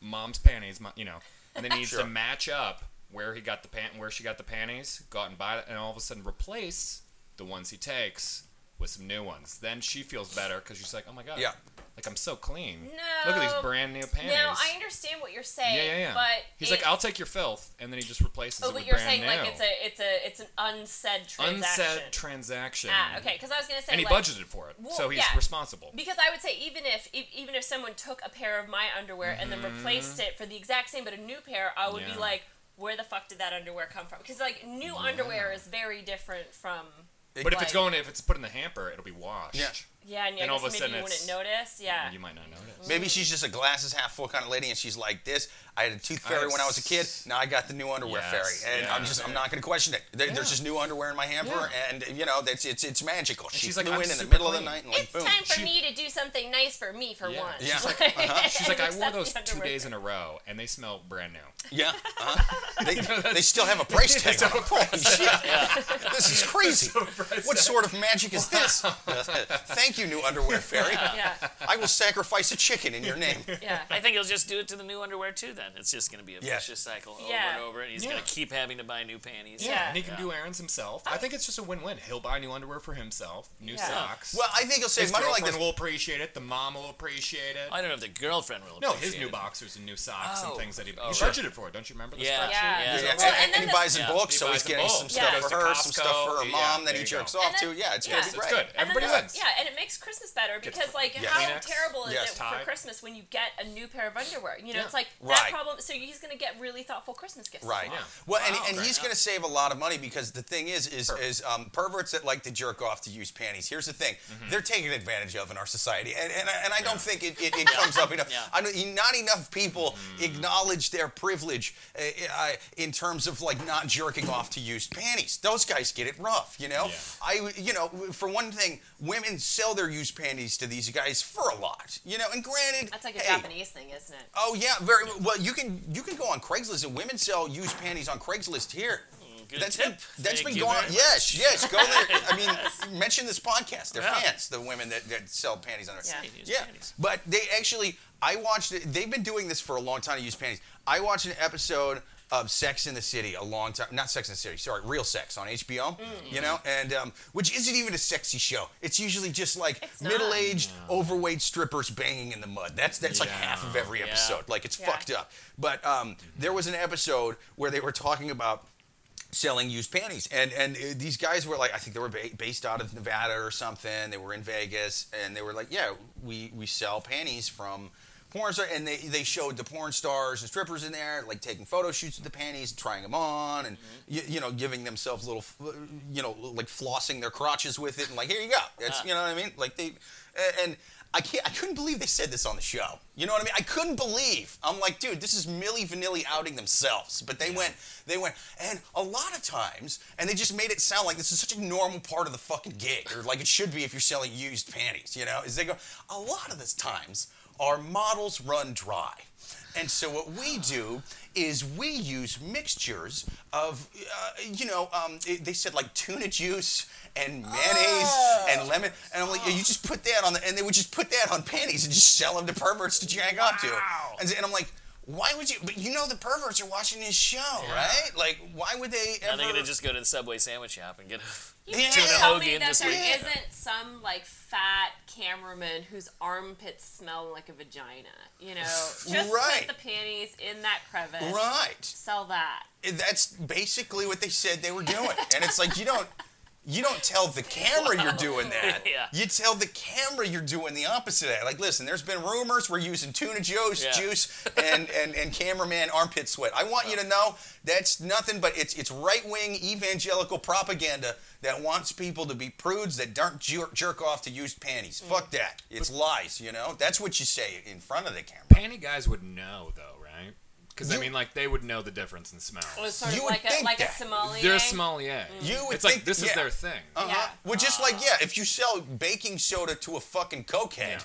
S3: Mom's panties. mo- You know. And then he needs
S2: Sure.
S3: to match up where he got the pant, where she got the panties. Go out and buy it, and all of a sudden replace the ones he takes with some new ones. Then she feels better because she's like, oh my god.
S2: Yeah.
S3: Like I'm so clean.
S4: No.
S3: Look at these brand new panties.
S4: Now I understand what you're saying.
S3: yeah, yeah, yeah.
S4: But
S3: he's
S4: it-
S3: like, I'll take your filth, and then he just replaces
S4: Oh,
S3: it
S4: but
S3: with
S4: you're
S3: brand
S4: saying
S3: new.
S4: like it's a it's a it's an unsaid transaction.
S3: unsaid transaction.
S4: Ah, okay. Because I was gonna say
S3: And he
S4: like,
S3: budgeted for it,
S4: Well,
S3: so he's
S4: yeah.
S3: responsible.
S4: Because I would say even if e- even if someone took a pair of my underwear and then replaced it for the exact same but a new pair, I would
S3: Mm-hmm. Yeah.
S4: be like, where the fuck did that underwear come from? Because like new underwear is very different from
S3: But if
S4: like-
S3: it's going, if it's put in the hamper, it'll be washed.
S2: Yeah.
S4: yeah, and, yeah,
S3: And
S4: I
S3: all
S4: guess
S3: of a
S4: maybe
S3: sudden
S4: you wouldn't
S3: it's-
S4: notice. Yeah,
S3: You might not notice.
S2: Maybe she's just a glasses half full kind of lady, and she's like this. I had a tooth fairy
S3: I-
S2: when I was a kid. Now I got the new underwear
S3: Yes,
S2: fairy, and I'm
S3: yeah.
S2: just I'm not going to question it. There, There's just new underweer in my hamper,
S3: Yeah.
S2: and you know that's it's it's magical. she
S3: she's
S2: flew
S3: like, "I'm
S2: in in the
S3: super
S2: middle of the
S3: clean."
S2: night and like
S4: it's
S2: boom.
S4: time for
S3: She-
S4: me to do something nice for me for
S3: Yeah.
S4: once.
S2: Yeah.
S3: She's like, uh-huh. she's like, I
S4: Except
S3: wore
S4: the
S3: those two
S4: underwear.
S3: days in a row, and they smell brand new.
S2: Yeah, uh-huh. they, they still have a price
S3: They
S2: tag.
S3: still
S2: on them. This is crazy.
S3: price
S2: What
S3: tag.
S2: sort of magic is this? Thank you, new underwear fairy.
S4: yeah,
S2: I will sacrifice a chicken in your name.
S4: yeah.
S5: I think he'll just do it to the new underwear too. Then it's just going to be a
S2: Yeah.
S5: vicious cycle over
S4: Yeah.
S5: and over, and he's
S3: Yeah.
S5: going to keep having to buy new panties.
S4: Yeah.
S3: And he can do errands himself. I think it's just a win-win. He'll buy new underwear for himself, new
S4: Yeah.
S3: socks.
S2: Well, I think he'll save
S3: his
S2: money like
S3: girlfriend
S2: this.
S3: will appreciate it. The mom will appreciate it.
S5: I don't know if the girlfriend will.
S3: No, his
S5: appreciate
S3: new
S5: it.
S3: boxers and new socks
S5: Oh.
S3: and things that he, he
S5: Oh, sure.
S3: budgeted for. Don't you remember the
S5: Yeah.
S3: spreadsheet?
S4: Yeah.
S5: Yeah.
S2: Yeah,
S5: So-
S2: and,
S4: Well, and
S2: and he
S4: then
S2: buys
S4: the-
S2: in
S5: Yeah,
S2: bulk,
S3: he
S2: so
S3: buys
S2: he's
S3: in
S2: getting
S3: bulk.
S2: some
S4: Yeah.
S2: stuff
S4: Goes
S2: for
S3: to
S2: her, some
S3: Costco.
S2: stuff for her
S3: Yeah,
S2: mom, then
S3: there
S2: he
S3: you
S2: jerks
S3: go.
S2: off
S4: And
S2: too.
S4: then-
S2: Yeah, it's
S4: yeah.
S2: gonna
S4: It's
S2: be
S3: It's
S2: great.
S3: good.
S4: And then
S3: Everybody
S4: that's-
S3: wins.
S4: Yeah, and it makes Christmas better because, like,
S3: Gets
S4: how
S3: Kleenex,
S4: terrible is
S2: gets
S4: it
S3: Tide.
S4: for Christmas when you get a new pair of underwear? You know,
S3: Yeah.
S4: it's like that
S2: Right.
S4: problem. So he's going to get really thoughtful Christmas gifts.
S2: Right.
S3: Yeah.
S2: Well,
S5: Wow.
S2: and, and he's
S5: Right.
S2: going to save a lot of money because the thing is, is
S3: Perverts.
S2: is um, perverts that like to jerk off to use panties. Here's the thing: they're taken advantage of in our society, and and, I- and I don't think it, it, it comes up enough.
S5: Yeah.
S2: I don't, not enough people acknowledge their privilege uh, uh, in terms of like not jerking off to used panties. Those guys get it rough, you know.
S3: Yeah.
S2: I, you know, for one thing, women sell their used panties to these guys for a lot, you know. And granted,
S4: That's like a
S2: hey,
S4: Japanese thing, isn't it?
S2: Oh yeah, very well. You can you can go on Craigslist and women sell used panties on Craigslist here.
S5: Hmm, Good
S2: That's
S5: tip.
S2: been that's
S5: Thank
S2: been
S5: you
S2: going.
S5: very
S2: Yes, yes. Go there. I mean, mention this podcast. They're
S5: Yeah.
S2: fans. The women that, that sell panties on there.
S4: Yeah.
S5: Used
S2: yeah.
S5: panties.
S2: But they actually, I watched. it- They've been doing this for a long time. Used panties. I watched an episode of Sex in the City a long time. Not Sex in the City. Sorry, Real Sex on HBO.
S5: Hmm.
S2: You know, and um, which isn't even a sexy show. It's usually just like
S4: It's not.
S2: middle-aged, overweight strippers banging in the mud. That's that's like
S3: Yeah.
S2: half of every
S5: Yeah.
S2: episode. Like it's
S4: Yeah.
S2: fucked up. But um, there was an episode where they were talking about selling used panties, and and uh, these guys were like, I think they were ba- based out of Nevada or something. They were in Vegas, and they were like, yeah, we we sell panties from. Porn star, and they, they showed the porn stars and strippers in there, like taking photo shoots with the panties, trying them on, and y- you know, giving themselves little, f- uh, you know, like flossing their crotches with it, and like, here you go. That's you know what I mean. Like they, and I can't. I couldn't believe they said this on the show. You know what I mean? I couldn't believe. I'm like, dude, this is Millie Vanilli outing themselves. But they went, they went, and a lot of times, and they just made it sound like this is such a normal part of the fucking gig, or like it should be if you're selling used panties. You know, is they go, a lot of the times our models run dry. And so what we do is we use mixtures of, uh, you know, um, they- they said like tuna juice and mayonnaise and lemon, and I'm like, you just put that on the, and they would just put that on panties and just sell them to perverts to jack off to.
S3: Wow.
S2: And, s- and I'm like, why would you? But you know the perverts are watching this show, right? Like, why would they
S5: Now
S2: ever?
S5: they're gonna just go to the Subway sandwich shop and get. A,
S4: You
S2: Yeah.
S4: can't
S2: Tuna
S4: tell
S5: hoagie
S4: me
S5: in
S4: that
S5: this
S4: there
S5: week.
S4: not some like fat cameraman whose armpits smell like a vagina. You know, just
S2: Right.
S4: put the panties in that crevice.
S2: right.
S4: Sell that.
S2: that's basically what they said they were doing and it's like you don't you don't tell the camera you're doing that
S5: Yeah.
S2: you tell the camera you're doing the opposite of that like listen there's been rumors we're using tuna juice
S5: Yeah.
S2: juice and, and and cameraman armpit sweat i want you to know that's nothing but it's it's right-wing evangelical propaganda that wants people to be prudes that don't jerk, jerk off to used panties
S5: Mm.
S2: fuck that it's lies you know that's what you say in front of the camera
S3: Panty guys would know though, right? Because I
S2: You-
S3: mean, like they would know the difference in smell.
S4: It was sort
S2: You
S4: of
S2: would
S4: like a
S2: think
S4: like a
S2: that.
S4: sommelier.
S3: They're a sommelier.
S4: Mm.
S2: You would
S3: It's like
S2: think-
S3: this is
S2: yeah.
S3: their thing.
S2: Uh-huh.
S4: Yeah.
S2: Well, just like yeah, if you sell baking soda to a fucking cokehead,
S3: Yeah.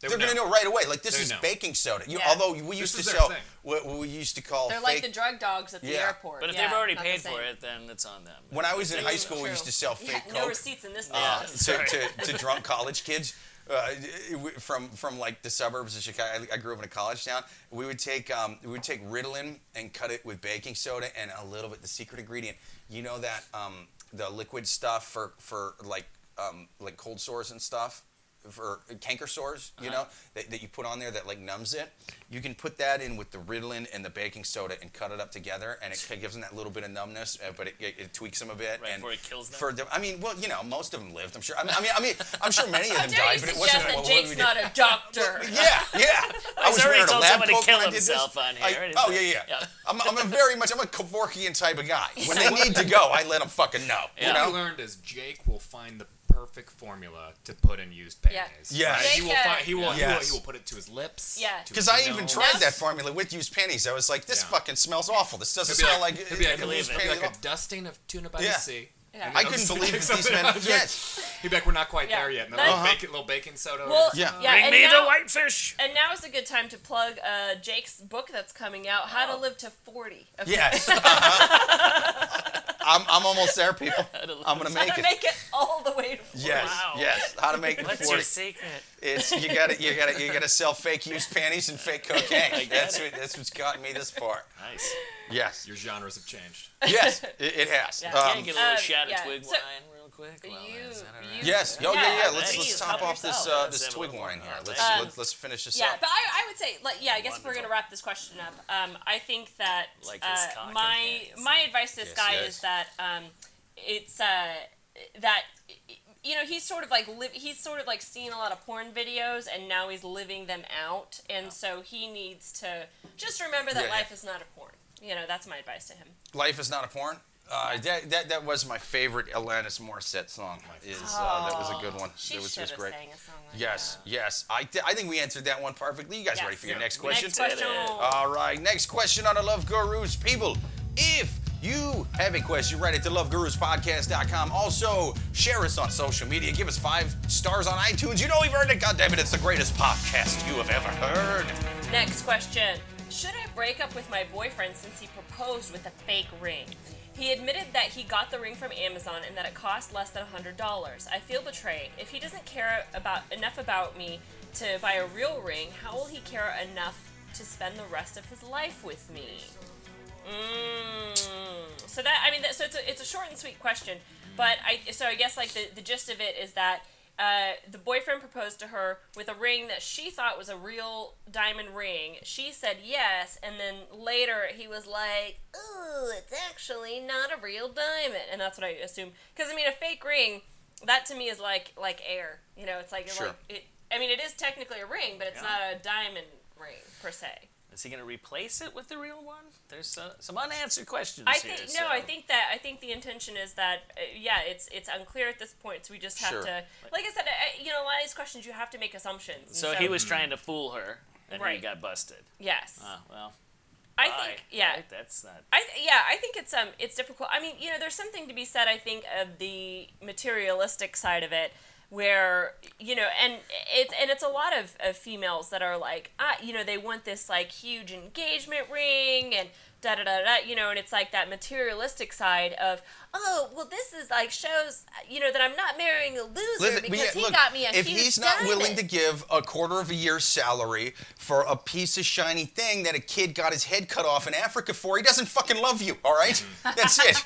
S3: They
S2: they're
S3: would
S2: gonna know right away. Like this
S3: They
S2: is
S3: know.
S2: baking soda. You,
S4: Yeah.
S2: Although we used
S3: is
S2: to
S3: their
S2: sell
S3: thing.
S2: what what we used to call
S4: They're
S2: fake.
S4: like the drug dogs at the
S2: Yeah.
S4: airport.
S5: but if
S4: Yeah,
S5: they've already
S4: not the
S5: paid for
S4: same.
S5: it, then it's on them.
S2: when I was in high
S4: True,
S2: school, we
S4: true.
S2: used to sell
S4: Yeah,
S2: fake
S4: No
S2: coke Uh,
S4: receipts in this
S5: Yeah.
S4: business.
S2: to,
S5: Sorry.
S2: to, to drunk college kids. Uh, from from like the suburbs of Chicago, I, I grew up in a college town. We would take um, we would take Ritalin and cut it with baking soda and a little bit the secret ingredient. You know that um, the liquid stuff for for like um, like cold sores and stuff for canker sores.
S5: Uh-huh.
S2: You know that, that you put on there that like numbs it. You can put that in with the Ritalin and the baking soda and cut it up together, and it gives them that little bit of numbness, uh, but it, it, it tweaks them a bit.
S5: Right
S2: and
S5: before it kills them?
S2: for the- I mean, well, you know, most of them lived. I'm sure. I mean, I mean, I mean I'm sure many of them
S4: Dare you
S2: died, but it wasn't.
S4: suggest that
S2: what- what did
S4: Jake's
S2: we do?
S4: not a doctor?
S2: Yeah, yeah. I
S5: already
S2: wearing a
S5: told
S2: lab
S5: someone to
S2: coat
S5: kill
S2: when I did this.
S5: himself on
S2: I-
S5: here.
S2: oh yeah, yeah.
S5: Yeah.
S2: I'm, I'm a very much. I'm a Kevorkian type of guy. When they need to go, I let them fucking know. You
S5: Yeah.
S3: What I
S2: know.
S3: learned is Jake will find the perfect formula to put in used panties.
S4: Yeah.
S2: Yes.
S3: Right? He will
S4: Jake, uh,
S3: find. He will, he will.
S2: Yes.
S3: He will put it to his lips.
S4: Yeah.
S3: to
S2: Because
S3: his
S2: I even
S3: nose.
S2: tried
S4: Yes.
S2: that formula with used panties. I was like, this
S3: Yeah.
S2: fucking smells awful. This doesn't
S3: It'd be
S2: smell
S3: like,
S2: like,
S3: it'd be like,
S2: a
S3: a,
S2: used
S5: leave it.
S3: it'd be
S2: panty.
S3: like a dusting of tuna by
S2: Yeah.
S3: the sea.
S4: Yeah.
S3: And
S2: I
S3: then
S2: couldn't
S3: just
S2: believe
S3: pick
S2: these
S3: something
S2: men.
S3: up.
S2: Yes.
S3: He'd be like, we're not quite
S4: Yeah.
S3: there yet. And
S4: That's-
S3: then like bacon, little baking soda.
S4: Well,
S2: Yeah.
S4: yeah.
S5: Bring
S4: and
S5: me
S4: now-
S5: the whitefish.
S4: And now is a good time to plug uh, Jake's book that's coming out, How to Live to 40. Okay.
S2: Yes. Uh-huh. I'm, I'm almost there, people. I'm gonna make
S4: How to
S2: it.
S4: make it all the way to 40.
S2: Yes.
S5: Wow.
S2: Yes. How to make it
S5: What's
S2: forty.
S5: your secret?
S2: It's you got to you got to you got to sell fake used panties and fake cocaine. That's what, that's what's gotten me this far.
S5: Nice.
S2: Yes,
S3: Your genres have changed.
S2: yes, it, it has.
S4: Yeah.
S5: Can
S2: Um,
S5: I get a little
S4: um,
S5: shot of
S4: yeah.
S5: twig
S4: So-
S5: wine real quick? Well,
S4: You-
S5: is that all
S4: you-
S5: right?
S2: yes. Oh yeah, yeah.
S4: Yeah,
S2: Let's
S5: please,
S2: let's top
S5: help
S2: off this
S5: yourself.
S2: uh, this
S5: Let's have a
S2: twig
S5: little
S2: wine here.
S5: more.
S2: Let's
S5: Um,
S2: let's, let's finish this
S4: Yeah,
S2: up.
S4: but I, I would say, like, yeah, I guess if we're
S5: Wonderful.
S4: gonna wrap this question up, um, I think that
S5: Like his cock
S4: uh,
S5: and
S4: my
S5: panties.
S4: my advice to this
S2: Yes,
S4: guy
S2: yes.
S4: is that um, it's uh, that you know he's sort of like li- he's sort of like seen a lot of porn videos and now he's living them out, and so he needs to just remember that
S2: Yeah, yeah.
S4: life is not a porn. You know, that's my advice to him.
S2: Life is not a porn. Uh, that, that that was my favorite Alanis Morissette song. Is uh, that was a good one.
S4: She
S2: it was,
S4: should
S2: it was
S4: have
S2: great.
S4: sang a song like
S2: Yes,
S4: that.
S2: yes. I, thi- I think we answered that one perfectly. You guys
S4: Yes.
S2: ready for your
S4: Yeah.
S2: next question?
S4: Next question.
S2: All right, next question on the Love Gurus. People, if you have a question, write it to loveguruspodcast.com. Also, share us on social media. Give us five stars on iTunes. You know we've earned it. God damn it, it's the greatest podcast you have ever heard.
S4: Next question. Should I break up with my boyfriend since he proposed with a fake ring? He admitted that he got the ring from Amazon and that it cost less than $100. I feel betrayed. If he doesn't care about enough about me to buy a real ring, how will he care enough to spend the rest of his life with me? Mm. So that I mean, that, so it's a, it's a short and sweet question, but I so I guess like the, the gist of it is that uh, the boyfriend proposed to her with a ring that she thought was a real diamond ring. She said yes, and then later he was like, "Ooh, it's actually not a real diamond," and that's what I assume because I mean, a fake ring that to me is like like air. You know, it's like,
S2: Sure.
S4: like it, I mean, it is technically a ring, but it's not a diamond ring per se.
S5: Is he going to replace it with the real one? There's so, some unanswered questions
S4: I
S5: here.
S4: think no.
S5: so-
S4: I think that I think the intention is that uh, yeah, it's it's unclear at this point, so we just have
S2: Sure.
S4: to, like I said, I, I- you know, a lot of these questions you have to make assumptions. and
S5: So, he was trying to fool her, and he
S4: Right.
S5: got busted.
S4: yes.
S5: Oh well.
S4: I
S5: bye,
S4: think yeah.
S5: right? That's not.
S4: I th- yeah, I think it's um it's difficult. I mean, you know, there's something to be said. I think of the materialistic side of it, where you know, and it's and it's a lot of, of females that are like, ah, you know, they want this like huge engagement ring and da da da da, you know, and it's like that materialistic side of, oh, well, this is like shows, you know, that I'm not marrying a loser
S2: Listen, we-
S4: because he
S2: look,
S4: got me a
S2: if
S4: huge
S2: he's not willing
S4: diamond."
S2: to give a quarter of a year's salary for a piece of shiny thing that a kid got his head cut off in Africa for, he doesn't fucking love you. All right, that's it.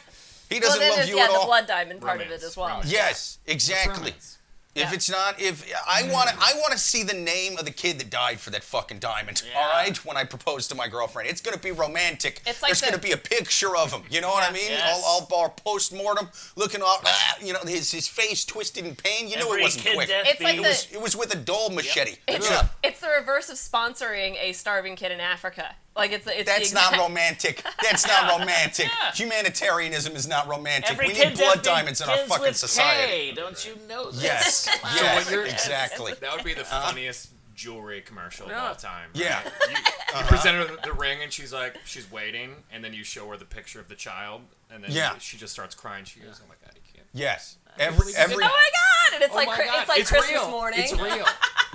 S2: He
S4: well,
S2: doesn't
S4: then
S2: love
S4: there's
S2: you
S4: yeah
S2: at
S4: the
S2: all.
S4: blood diamond part of
S3: Romance,
S4: it as well.
S3: romance.
S2: Yes, exactly.
S3: Romance.
S2: If
S4: Yeah.
S2: it's not, if I
S5: Mm.
S2: want to, I want to see the name of the kid that died for that fucking diamond. All
S5: Yeah.
S2: right, when I propose to my girlfriend, it's gonna be romantic.
S4: It's like
S2: There's
S4: the-
S2: gonna be a picture of him. You know what I mean?
S5: Yes.
S2: All, all bar post mortem, looking all, ah, you know, his his face twisted in pain. You know it
S5: Every
S2: wasn't
S5: kid
S2: quick.
S5: death
S4: It's like
S5: beat
S2: It was
S4: the-
S2: it was with a dull machete.
S4: It's,
S2: Yeah.
S4: it's the reverse of sponsoring a starving kid in Africa. Like it's the- it's
S2: That's
S4: the exact,
S2: not romantic. That's not romantic. Humanitarianism is not romantic.
S5: every
S2: we
S5: kid
S2: need blood
S5: death
S2: diamonds in our
S5: begins
S2: fucking
S5: with
S2: society.
S5: K. Don't you know this?
S2: Yes.
S5: Wow.
S2: yes.
S3: what you're-
S2: exactly.
S3: That would be the funniest jewelry commercial of all time. right?
S2: Uh-huh. Yeah. Uh-huh.
S3: You, you present her the- the ring and she's like, she's waiting, and then you show her the picture of the child, and then
S2: Yeah.
S3: she just starts crying. She goes, "Oh my god, you can't."
S2: Yes. Every every.
S4: Oh my god! And it's
S3: Oh
S4: like
S3: my
S4: Chri-
S3: god,
S4: it's like Christmas
S3: real.
S4: morning.
S3: It's real.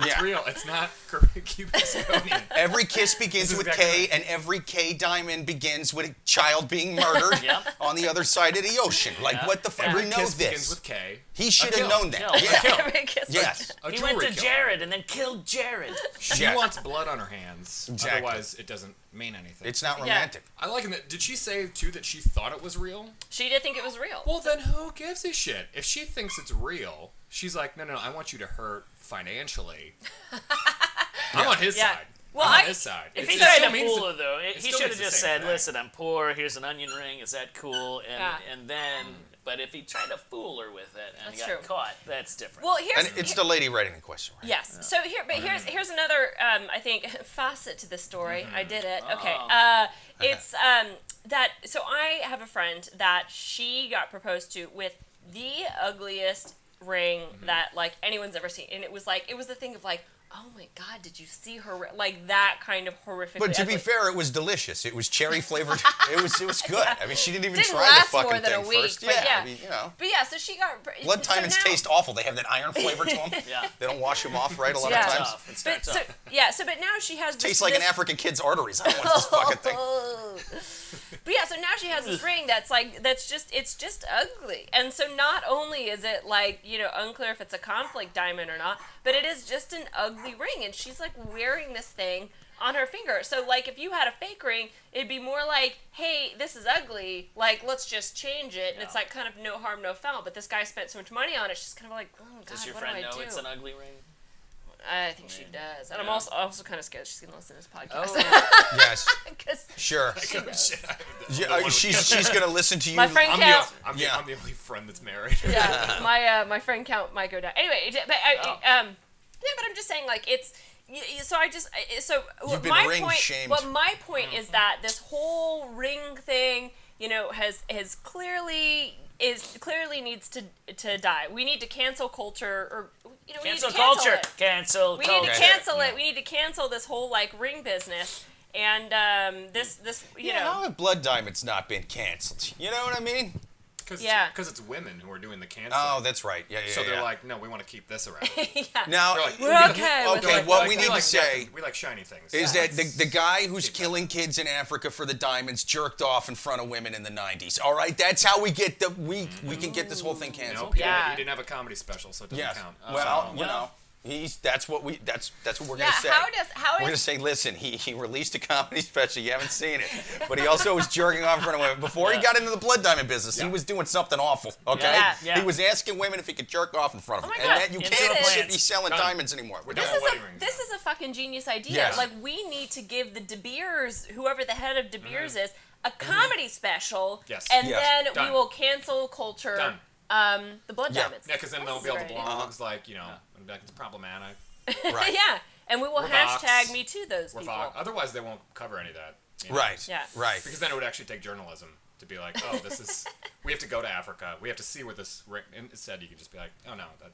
S3: It's
S2: Yeah.
S3: real. It's not Cupid's Cody.
S2: Every kiss begins
S3: is
S2: with
S3: exactly
S2: K,
S3: right.
S2: and every K diamond begins with a child being murdered
S5: Yep.
S2: on the other side of the ocean. Like, what the fuck? We
S3: Every
S2: know
S3: kiss begins
S2: this.
S3: with K.
S2: He should have
S3: kill.
S2: known that.
S5: Kill. A
S2: Yeah.
S4: Every kiss-
S2: Yes.
S3: A
S5: He
S3: jewelry
S5: went to
S3: killer.
S5: Jared and then killed Jared.
S3: She
S2: Yeah.
S3: wants blood on her hands.
S2: Exactly.
S3: Otherwise, it doesn't mean anything.
S2: It's not romantic.
S3: I like that. Did she say too that she thought it was real?
S4: She did think it was real.
S3: Well, then who gives a shit? If she thinks it's real, she's like, no, no, no I want you to hurt financially. I'm on his
S4: Yeah.
S3: side.
S4: Well,
S3: I'm on
S4: I-
S3: his side.
S5: If
S3: It-
S5: he
S3: it
S5: tried
S3: still
S5: to
S3: means
S5: fool her, though, it- he
S3: still
S5: should have
S3: means the
S5: just
S3: same
S5: said,
S3: thing.
S5: "Listen, I'm poor. Here's an onion ring. Is that cool?" And
S4: Yeah.
S5: and then, but if he tried to fool her with it and
S4: That's
S5: got
S4: true.
S5: caught, that's different.
S4: Well, here's
S2: And it's the lady writing the question, right?
S4: yes. So here, but here's here's another um, I think facet to this story.
S2: Mm-hmm.
S4: I did it. Okay.
S5: Oh.
S4: Uh, it's um, that. So I have a friend that she got proposed to with the ugliest ring
S2: Mm-hmm.
S4: that like anyone's ever seen, and it was like it was the thing of like. Oh my God! Did you see her ri-" like that kind of horrific?
S2: But to be fair, it was delicious. It was cherry flavored. it was it was good. I mean, she didn't even
S4: Didn't
S2: try the
S4: last
S2: fucking
S4: more than a
S2: thing
S4: week,
S2: first.
S4: but yeah.
S2: I mean, you know,
S4: But yeah, so she got
S2: blood
S4: so
S2: diamonds
S4: now-
S2: taste awful. They have that iron flavor to them.
S5: Yeah.
S2: They don't wash them off right a lot
S4: Yeah.
S2: of
S5: It's
S2: times.
S5: off. It
S4: But
S5: starts
S4: so
S5: off.
S4: yeah, so but now she has this,
S2: Tastes like an
S4: this-
S2: African kid's arteries. I don't want this fucking thing.
S4: But yeah, so now she has this ring that's like that's just it's just ugly. And so not only is it like, you know, unclear if it's a conflict diamond or not, but it is just an ugly ring and she's like wearing this thing on her finger. So like if you had a fake ring, it'd be more like, "Hey, this is ugly. Like let's just change it." And it's
S5: Yeah.
S4: like kind of no harm, no foul, but this guy spent so much money on it. She's kind of like, oh, God,
S5: Does your
S4: what
S5: friend
S4: do I
S5: know
S4: do?
S5: it's an ugly ring?
S4: I think she does. And I'm
S5: Yeah.
S4: also also kind of scared she's going to listen to this podcast.
S5: Oh,
S2: Yes,
S4: 'Cause
S2: sure.
S3: Shit, I-
S2: Yeah, uh,
S3: with-
S2: she's she's gonna listen to you.
S4: my friend
S3: I'm, the,
S4: count,
S3: I'm,
S2: Yeah.
S3: the, I'm the only friend that's married.
S4: yeah, my uh, my friend count might go down. Anyway, it- but I,
S2: Oh.
S4: um, yeah, but I'm just saying, like it's. y- y- So I just I- so what
S2: been
S4: my
S2: ring
S4: point.
S2: shamed. Mm.
S4: What my point is that this whole ring thing, you know, has has clearly is clearly needs to to die. We need to cancel culture, or you know, we
S5: cancel
S4: need to cancel
S5: culture.
S4: it.
S5: Cancel
S4: We
S5: culture.
S4: need to cancel it. We need to cancel this whole like ring business and um, this this you
S2: Yeah,
S4: know.
S2: how have blood diamonds not been canceled? You know what I mean?
S3: Because
S4: Yeah.
S3: it's, women who are doing the canceling.
S2: Oh, that's right. Yeah, yeah.
S3: so they're
S2: yeah.
S3: like, no, we want to keep this around.
S4: yeah.
S2: now
S3: They're like,
S4: We're
S3: "We like-
S4: okay
S3: we
S4: with
S2: Okay,
S4: it.
S2: what
S3: like-
S2: we need to
S3: like
S2: say-
S3: nothing. we like shiny things.
S2: is that the, the guy who's
S3: Keep that.
S2: killing kids in Africa for the diamonds jerked off in front of women in the 90s. All right, that's how we get the we we can get this whole thing
S3: No,
S2: canceled.
S3: he,
S4: Yeah.
S3: he didn't have a comedy special, so it doesn't
S2: Yes.
S3: count. Uh,
S2: Well, you
S5: well.
S2: know, he's that's what we that's that's what we're
S4: Yeah,
S2: gonna say.
S4: how does how
S2: we're
S4: does
S2: gonna say, listen, he, he released a comedy special. You haven't seen it, but he also was jerking off in front of women. Before he got into the blood diamond business, he
S3: Yeah.
S2: was doing something awful. Okay,
S5: Yeah, yeah.
S2: he was asking women if he could jerk off in front of
S4: Oh
S2: them,
S4: my
S2: and
S4: God,
S2: that you
S5: into
S2: can't
S4: the
S2: you
S4: plants.
S2: should be selling
S3: Done.
S2: dimes anymore. We're
S3: We're done.
S2: done.
S4: this is
S3: wedding
S4: a
S3: rings
S4: this is a fucking genius idea.
S2: Yes.
S4: Like we need to give the De Beers, whoever the head of De Beers is, a comedy special.
S3: Mm-hmm. Yes.
S4: And
S2: Yes.
S4: then
S3: Done.
S4: we will cancel culture.
S3: Done.
S4: Um, the blood
S2: Yeah.
S4: diamonds.
S3: Yeah, because then
S4: This
S3: they'll
S4: is
S3: be all the
S4: great.
S3: blogs like, you know, and be like, it's problematic.
S2: Right.
S4: yeah. and we will
S3: We're
S4: hashtag
S3: Vox.
S4: me too those
S3: We're
S4: people.
S3: Vox. Otherwise, they won't cover any of that. you know?
S2: Right.
S4: Yeah.
S2: Right.
S3: Because then it would actually take journalism to be like, oh, this is. we have to go to Africa. We have to see what this. ri- and Instead, you can just be like, oh no, that.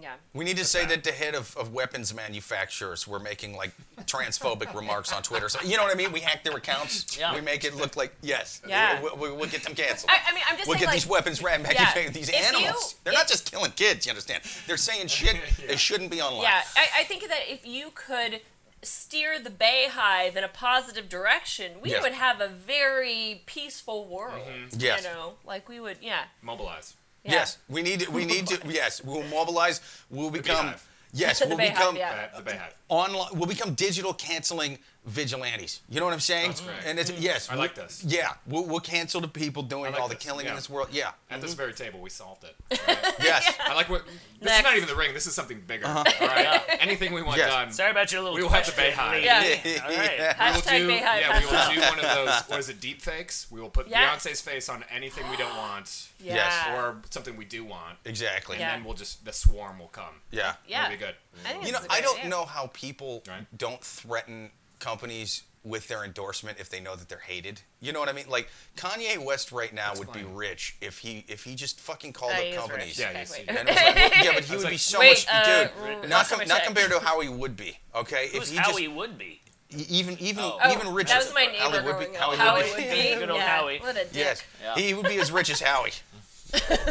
S4: Yeah.
S2: We need to say that the head of, of weapons manufacturers were making like transphobic remarks on Twitter. So you know what I mean? We hack their accounts.
S5: Yeah.
S2: We make it look like yes.
S4: Yeah.
S2: We'll, we'll, we'll get them canceled.
S4: I, I mean, I'm just
S2: we'll
S4: saying
S2: get
S4: like,
S2: these weapons rat
S4: yeah.
S2: these
S4: If you-
S2: animals. They're not
S4: if-
S2: just killing kids. You understand? They're saying shit that shouldn't be online.
S4: Yeah, I, I think that if you could steer the Bay Hive in a positive direction, we
S2: Yes.
S4: would have a very peaceful world.
S3: Mm-hmm.
S2: Yes.
S4: You know, like we would, yeah.
S3: Mobilize.
S4: yeah.
S2: Yes, we need to, we need to yes, we'll mobilize, we'll become
S3: beehive.
S2: yes,
S4: The
S2: we'll
S4: beehive,
S2: become
S4: yeah.
S3: The, the Bayhive.
S2: online we'll become digital canceling vigilantes. You know what I'm saying?
S3: That's correct.
S2: And it's
S4: Mm.
S2: yes,
S3: I
S2: we'll-
S3: like this.
S2: Yeah, we'll, we'll cancel the people doing
S3: like
S2: all the
S3: this,
S2: killing in
S3: yeah.
S2: this world. Yeah.
S3: At this very table, we solved it. right?
S2: Yes.
S3: I like what. This is
S4: Next.
S3: not even the ring. This is something bigger. all right. Anything we want
S2: Uh-huh. Yes.
S3: done.
S5: Sorry about your little
S3: We will have the
S5: question,
S3: Bayhive.
S5: lady.
S4: Yeah.
S5: All right.
S2: Yeah.
S3: We'll
S4: Hashtag
S3: do,
S4: Bayhive.
S3: yeah, we
S4: hashtag-
S3: will do one of those. What is it? Deep fakes. We will put
S4: Yes.
S3: Beyonce's face on anything we don't want,
S4: yeah.
S2: Yes,
S3: or something we do want,
S2: Exactly.
S4: Yeah.
S2: Yeah.
S3: and we'll just the swarm will come.
S4: yeah.
S3: It'll be good.
S4: I think
S2: You know,
S4: this is a
S2: I
S4: good
S2: don't
S4: idea.
S2: know how people
S3: Right.
S2: don't threaten companies with their endorsement if they know that they're hated. You know what I mean? Like Kanye West right now would be
S3: Explain.
S2: rich if he if he just fucking called
S4: Oh,
S2: up
S4: he is
S2: companies.
S4: rich.
S3: Yeah,
S4: Okay,
S3: you see.
S4: wait.
S2: And it was like, yeah, but he would be
S3: like-
S2: so
S4: Wait,
S2: much,
S4: uh,
S2: dude.
S4: r-
S2: Not,
S4: last time
S2: com-
S4: I
S2: not
S4: checked.
S2: compared to how he would be. Okay, if
S5: Who's
S2: he
S5: how
S2: just
S5: he would be?
S2: e- even even
S5: Oh.
S4: Oh,
S2: even richer.
S4: That was my neighbor
S2: how he would
S4: growing
S2: be.
S4: up.
S2: Howie
S4: Howie
S2: would be.
S5: be. Good old
S4: yeah.
S5: Howie.
S4: What a dick.
S2: Yes,
S5: Yeah.
S2: he would be as rich as Howie.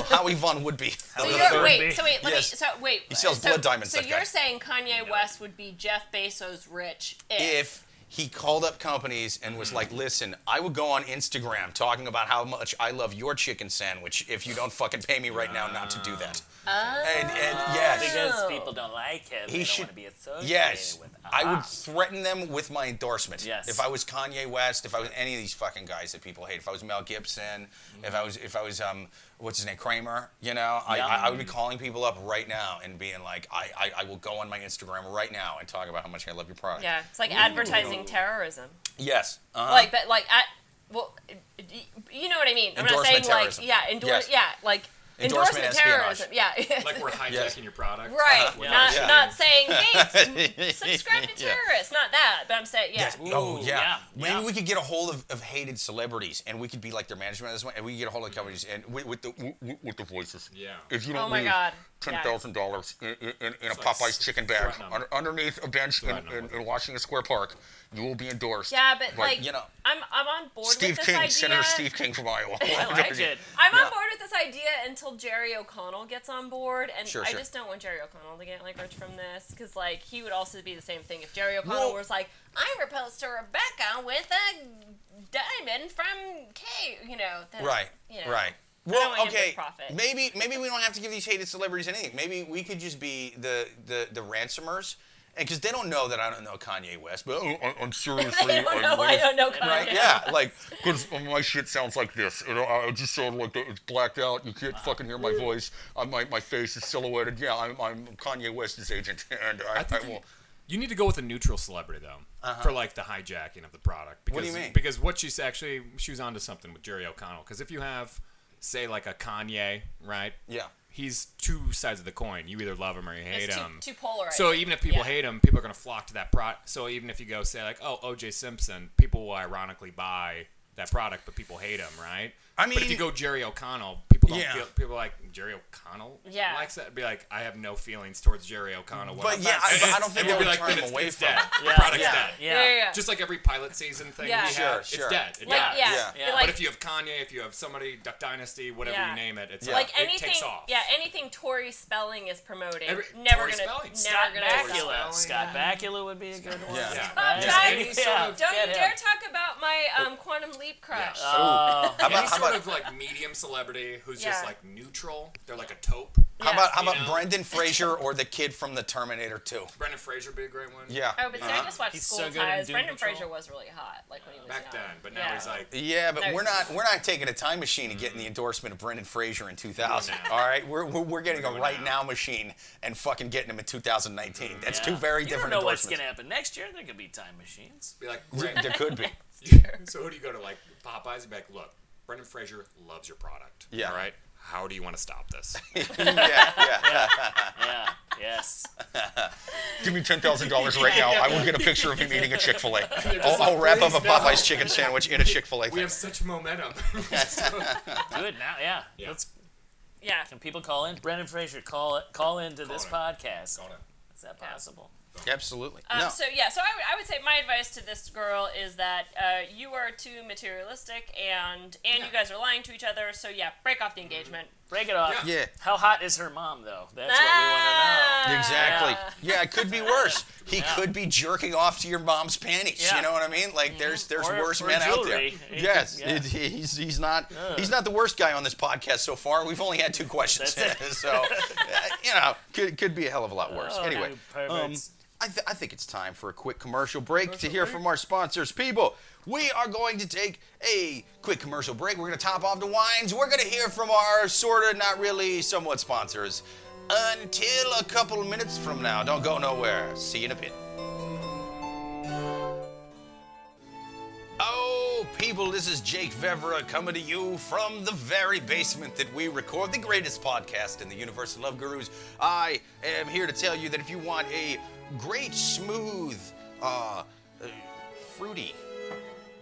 S2: Howie Von would be.
S4: So
S5: Howie
S4: you're,
S5: Third
S4: wait,
S5: bee.
S4: so wait, let
S2: Yes.
S4: me, so wait. He
S2: sells
S4: so,
S2: blood diamonds,
S4: So
S2: that
S4: you're
S2: guy.
S4: saying Kanye West would be Jeff Bezos rich if,
S2: if he called up companies and was
S5: Mm.
S2: like, "Listen, I would go on Instagram talking about how much I love your chicken sandwich if you don't fucking pay me right now not to do that." And, and
S5: Ah.
S2: yes,
S5: Because
S4: Oh.
S5: people don't like him.
S2: He
S5: they
S2: should-
S5: don't want to be associated
S2: yes,
S5: with
S2: I would
S5: us.
S2: threaten them with my endorsement.
S5: Yes.
S2: If I was Kanye West, if I was any of these fucking guys that people hate, if I was Mel Gibson, if I was if I was um what's his name Kramer, you know, I,
S5: Mm. Yeah.
S2: I, I would be calling people up right now and being like, I, I I will go on my Instagram right now and talk about how much I love your product.
S4: yeah, it's like advertising terrorism.
S2: Yes. Uh-huh.
S4: like but like at well y- you know what i mean i'm not saying
S2: Endorsement terrorism.
S4: like yeah endorse
S2: Yes.
S4: yeah like
S2: Endorsement
S4: endorsement, terrorism yeah
S3: Like we're hijacking
S2: Yes.
S3: your product.
S4: right
S5: Yeah.
S4: not
S2: Yeah.
S4: not saying hey subscribe to terrorists not that but i'm saying yeah
S2: Yes. oh
S5: Ooh,
S2: yeah.
S5: yeah,
S2: Maybe
S5: yeah.
S2: we could get a hold of, of hated celebrities, and we could be like their management at this point, and we could get a hold of companies and with, with the with, with the voices.
S3: Yeah.
S2: If you don't
S4: oh my
S2: leave
S4: god
S2: ten
S4: Yeah.
S2: thousand dollars in, in, in a
S3: like
S2: Popeyes chicken bag
S3: threaten 'em.
S2: un, underneath a bench in,
S3: Threaten 'em
S2: in,
S3: with
S2: in Washington Square Park, you will be endorsed.
S4: yeah but
S2: Like,
S4: like,
S2: you know,
S4: i'm i'm on board
S2: Steve
S4: with this
S2: King,
S4: idea
S2: Senator Steve King from Iowa.
S5: I like it.
S4: I'm
S2: Yeah.
S4: on board with this idea until Jerry O'Connell gets on board, and
S2: Sure,
S4: I
S2: sure.
S4: just don't want Jerry O'Connell to get like rich from this, because like he would also be the same thing if Jerry O'Connell
S2: Well-
S4: was like, "I proposed to Rebecca with a diamond from K," you know. Then,
S2: Right.
S4: You know,
S2: Right.
S4: don't
S2: Well,
S4: want him to
S2: okay.
S4: profit.
S2: Maybe maybe we don't have to give these hated celebrities anything. Maybe we could just be the the the ransomers, and because they don't know that I don't know Kanye West, but oh, I, I'm seriously.
S4: I don't
S2: I'm
S4: know. I
S2: really-
S4: don't know.
S2: Right?
S4: Kanye.
S2: Yeah. Like, because my shit sounds like this. You know, I I just sound like the, it's blacked out. You can't fucking hear my voice. I, my my face is silhouetted. Yeah, I'm, I'm Kanye West's agent, and I,
S3: I
S2: I,
S3: think you,
S2: will.
S3: you need to go with a neutral celebrity though, for like the hijacking of the product. Because,
S2: Uh-huh. do you mean?
S3: Because what she's actually she was onto something with Jerry O'Connell. Because if you have, say, like a Kanye, right?
S2: Yeah.
S3: He's two sides of the coin. You either love him or you hate
S4: It's too,
S3: him.
S4: too polarized.
S3: So even if people
S4: Yeah.
S3: hate him, people are going to flock to that product. So even if you go say like, "Oh, O.J. Simpson," people will ironically buy that product, but people hate him, right?
S2: I
S3: but if
S2: mean-
S3: you go Jerry O'Connell, people don't
S2: Yeah.
S3: feel. People are like Jerry O'Connell.
S4: Yeah.
S3: likes that. Be like, I have no feelings towards Jerry O'Connell.
S2: But yeah,
S3: whatsoever."
S2: I- but I don't think
S3: And we'll
S2: they
S3: be
S2: would turn him
S3: "Then it's-
S2: away
S3: it's
S2: from
S3: dead.
S2: it."
S3: The
S5: Yeah,
S3: product's
S5: yeah,
S3: dead.
S5: yeah.
S4: yeah, yeah, yeah.
S3: Just like every pilot season thing
S4: Yeah.
S3: we
S4: Sure,
S3: have,
S2: sure.
S3: it's dead. It
S4: like
S3: dies.
S4: yeah,
S2: Yeah.
S5: Yeah.
S4: Like,
S3: But if you have Kanye, if you have somebody Duck Dynasty, whatever
S4: Yeah.
S3: you name it, it's
S2: Yeah.
S4: like
S3: like, it
S4: anything,
S3: takes off.
S4: yeah, anything Tori Spelling is promoting,
S3: Every-
S4: never
S3: Tori
S4: gonna,
S3: Spelling,
S4: never
S5: Scott
S4: gonna.
S3: Bakula.
S4: stop.
S5: Bakula. Scott Bakula would be a good one.
S2: Yeah.
S3: Yeah.
S4: Oh,
S5: Right?
S4: Jack,
S5: Any sort
S3: Yeah.
S5: of-
S4: Don't you
S5: get him.
S4: dare talk about my um, quantum leap crush.
S2: Uh,
S3: Yeah.
S5: Oh,
S2: How about,
S3: Any
S2: how about,
S3: sort of like medium celebrity who's
S4: Yeah.
S3: just like neutral. They're like a taupe.
S2: how about, how
S3: you
S2: about
S3: know?
S2: Brendan Fraser or the kid from the Terminator 2?
S3: Brendan Fraser would be a great one.
S2: Yeah.
S4: Oh, but see,
S3: Uh-huh.
S4: I just watched
S5: He's
S4: School
S5: so good in
S4: Ties.
S5: Doom
S4: Brendan
S5: Patrol.
S4: Fraser was really hot, like when he was
S3: back
S4: young.
S3: then, but now
S4: Yeah.
S3: he's like
S2: Yeah, but
S4: No.
S2: we're not we're not taking a time machine and getting the endorsement of Brendan Fraser in 2000. All right, we're we're, we're getting a
S3: We're
S2: right
S3: doing
S2: now machine and fucking getting them in 2019. That's
S5: Yeah.
S2: two very
S5: you
S2: different
S5: don't know what's
S2: endorsements.
S5: gonna happen next year. There could be time machines.
S3: be like great.
S2: there could be.
S3: so who do you go to like Popeyes and be like, look, Brendan Fraser loves your product.
S2: Yeah.
S3: All right. how do you want to stop this?
S2: yeah, yeah.
S5: Yeah. Yes.
S2: Give me ten thousand dollars right now. I will get a picture of him eating a Chick Fil A. I'll,
S3: like,
S2: I'll wrap up a
S3: "Please, no."
S2: Popeyes chicken sandwich in a Chick Fil A.
S3: we have such momentum.
S5: Good. Now, yeah.
S3: Yeah.
S5: Let's.
S4: Yeah.
S5: Can people call in? Brendan Fraser, call it. Call into this
S3: in.
S5: podcast.
S3: Hold on.
S5: Is that possible?
S2: Absolutely.
S4: Um,
S2: no.
S4: So yeah, so I would- I would say my advice to this girl is that uh, you are too materialistic and and you guys are lying to each other. So yeah, break off the
S3: Mm-hmm.
S4: engagement.
S5: Break it off.
S2: yeah.
S5: How hot is her mom, though? That's what
S4: Ah!
S2: Exactly. Yeah, it could be worse. He
S5: uh, Yeah.
S2: could be jerking off to your mom's panties.
S5: Yeah.
S2: You know what I mean? Like there's there's
S5: Or-
S2: worse
S5: or
S2: men out there.
S5: jewelry. He
S2: Yes,
S5: could- yeah.
S2: it- he's he's not he's not the worst guy on this podcast so far. We've only had two questions,
S5: That's
S2: so uh, you know could could be a hell of a lot
S5: we
S2: worse.
S5: want to know.
S2: anyway, um,
S5: You perverts.
S2: I, th- I think it's time for a quick commercial break to hear from our sponsors. People, we are going to take a quick commercial break. We're going to top off the wines. We're going to hear from our sort of, not really, somewhat sponsors until a couple minutes from now. Don't go nowhere. See you in a bit. Oh, people, this is Jake Vevera coming to you from the very basement that we record the greatest podcast in the universe of Love Gurus. I am here to tell you that if you want a great, smooth, uh, uh, fruity,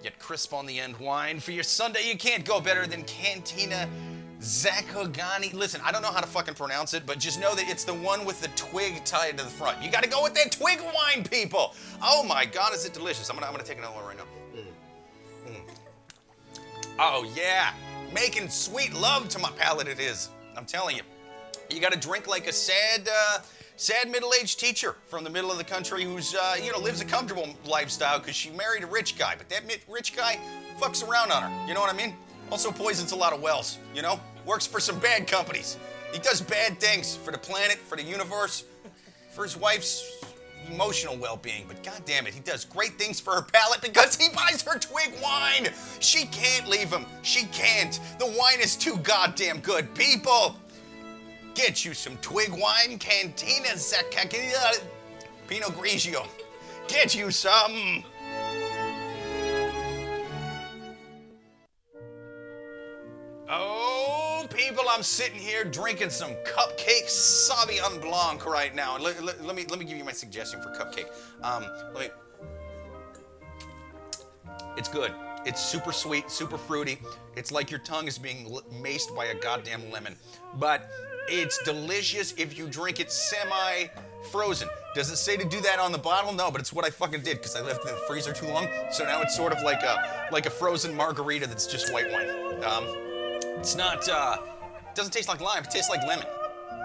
S2: yet crisp on the end wine for your Sunday, you can't go better than Cantina Zakogani. Listen, I don't know how to fucking pronounce it, but just know that it's the one with the twig tied to the front. You gotta go with that twig wine, people! Oh my god, is it delicious? I'm gonna, I'm gonna take another one right now. Oh, yeah. Making sweet love to my palate, it is. I'm telling you. You got to drink like a sad, uh, sad middle-aged teacher from the middle of the country who's, uh, you know, lives a comfortable lifestyle because she married a rich guy. But that mi- rich guy fucks around on her. You know what I mean? Also poisons a lot of wells. You know, works for some bad companies. He does bad things for the planet, for the universe, for his wife's emotional well-being. But goddamn it, he does great things for her palate because he buys her twig wine. She can't leave him. She can't. The wine is too goddamn good, people. Get you some twig wine, Cantina Zaccagia, Pinot Grigio. Get you some. Oh, people, I'm sitting here drinking some cupcake Sauvignon Blanc right now. And Let, let- let me let me give you my suggestion for cupcake. Um, let me it's good. It's super sweet, super fruity. It's like your tongue is being l- maced by a goddamn lemon. But it's delicious if you drink it semi frozen. Does it say to do that on the bottle? No, but it's what I fucking did because I left it in the freezer too long. So now it's sort of like a like a frozen margarita that's just white wine. Um, it's not uh doesn't taste like lime, it tastes like lemon.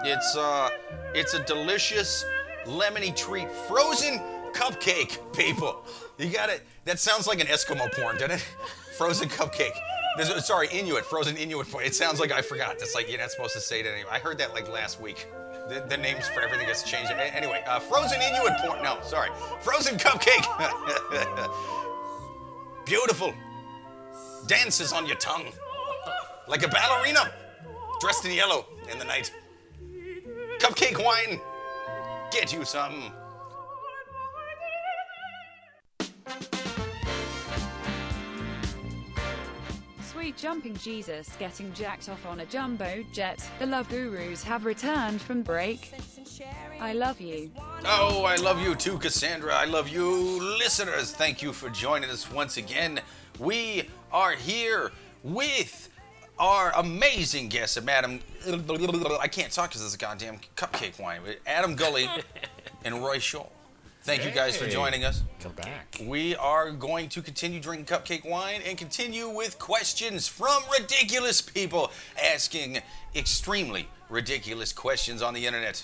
S2: It's uh it's a delicious lemony treat. Frozen cupcake, people. You got it. That sounds like an Eskimo porn, doesn't it? Frozen cupcake. This is- sorry, Inuit, frozen Inuit porn. It sounds like I forgot. That's like you're not supposed to say it anyway. I heard that like last week. The, the names for everything has changed. A- Anyway, uh, frozen Inuit porn. No, sorry. Frozen cupcake. Beautiful. Dances on your tongue like a ballerina dressed in yellow in the night. Cupcake wine, get you some.
S1: Sweet jumping Jesus getting jacked off on a jumbo jet. The Love Gurus have returned from break. I love you.
S2: Oh, I love you too, Cassandra. I love you, listeners. Thank you for joining us once again. We are here with our amazing guest, Madam. I can't talk because it's a goddamn cupcake wine. Adam Gully and Roy Scholl. Thank you guys for
S3: Hey.
S2: joining us.
S3: Come back.
S2: We are going to continue drinking cupcake wine and continue with questions from ridiculous people asking extremely ridiculous questions on the internet.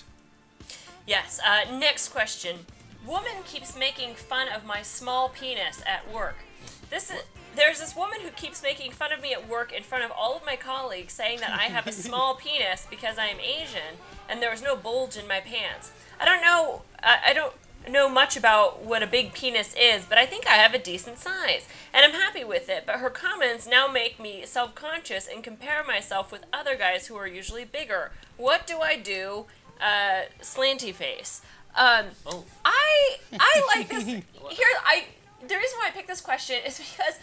S4: Yes. Uh, next question. Woman keeps making fun of my small penis at work. This is. There's this woman who keeps making fun of me at work in front of all of my colleagues, saying that I have a small penis because I am Asian and there was no bulge in my pants. I don't know. I, I don't know much about what a big penis is, but I think I have a decent size and I'm happy with it. But her comments now make me self conscious and compare myself with other guys who are usually bigger. What do I do? Uh, slanty face. Um,
S5: Oh.
S4: I I like this. Here, I the reason why I picked this question is because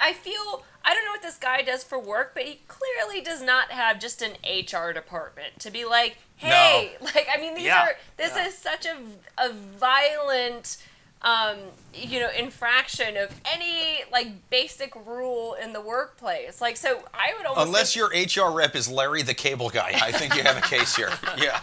S4: I feel I don't know what this guy does for work, but he clearly does not have just an HR department to be like, hey, like I mean, these
S5: Yeah.
S4: are this
S5: Yeah.
S4: is such a a violent. Um, you know, infraction of any like basic rule in the workplace. Like, so I would almost
S2: Unless your HR rep is Larry the Cable Guy, I think you have a case here. Yeah.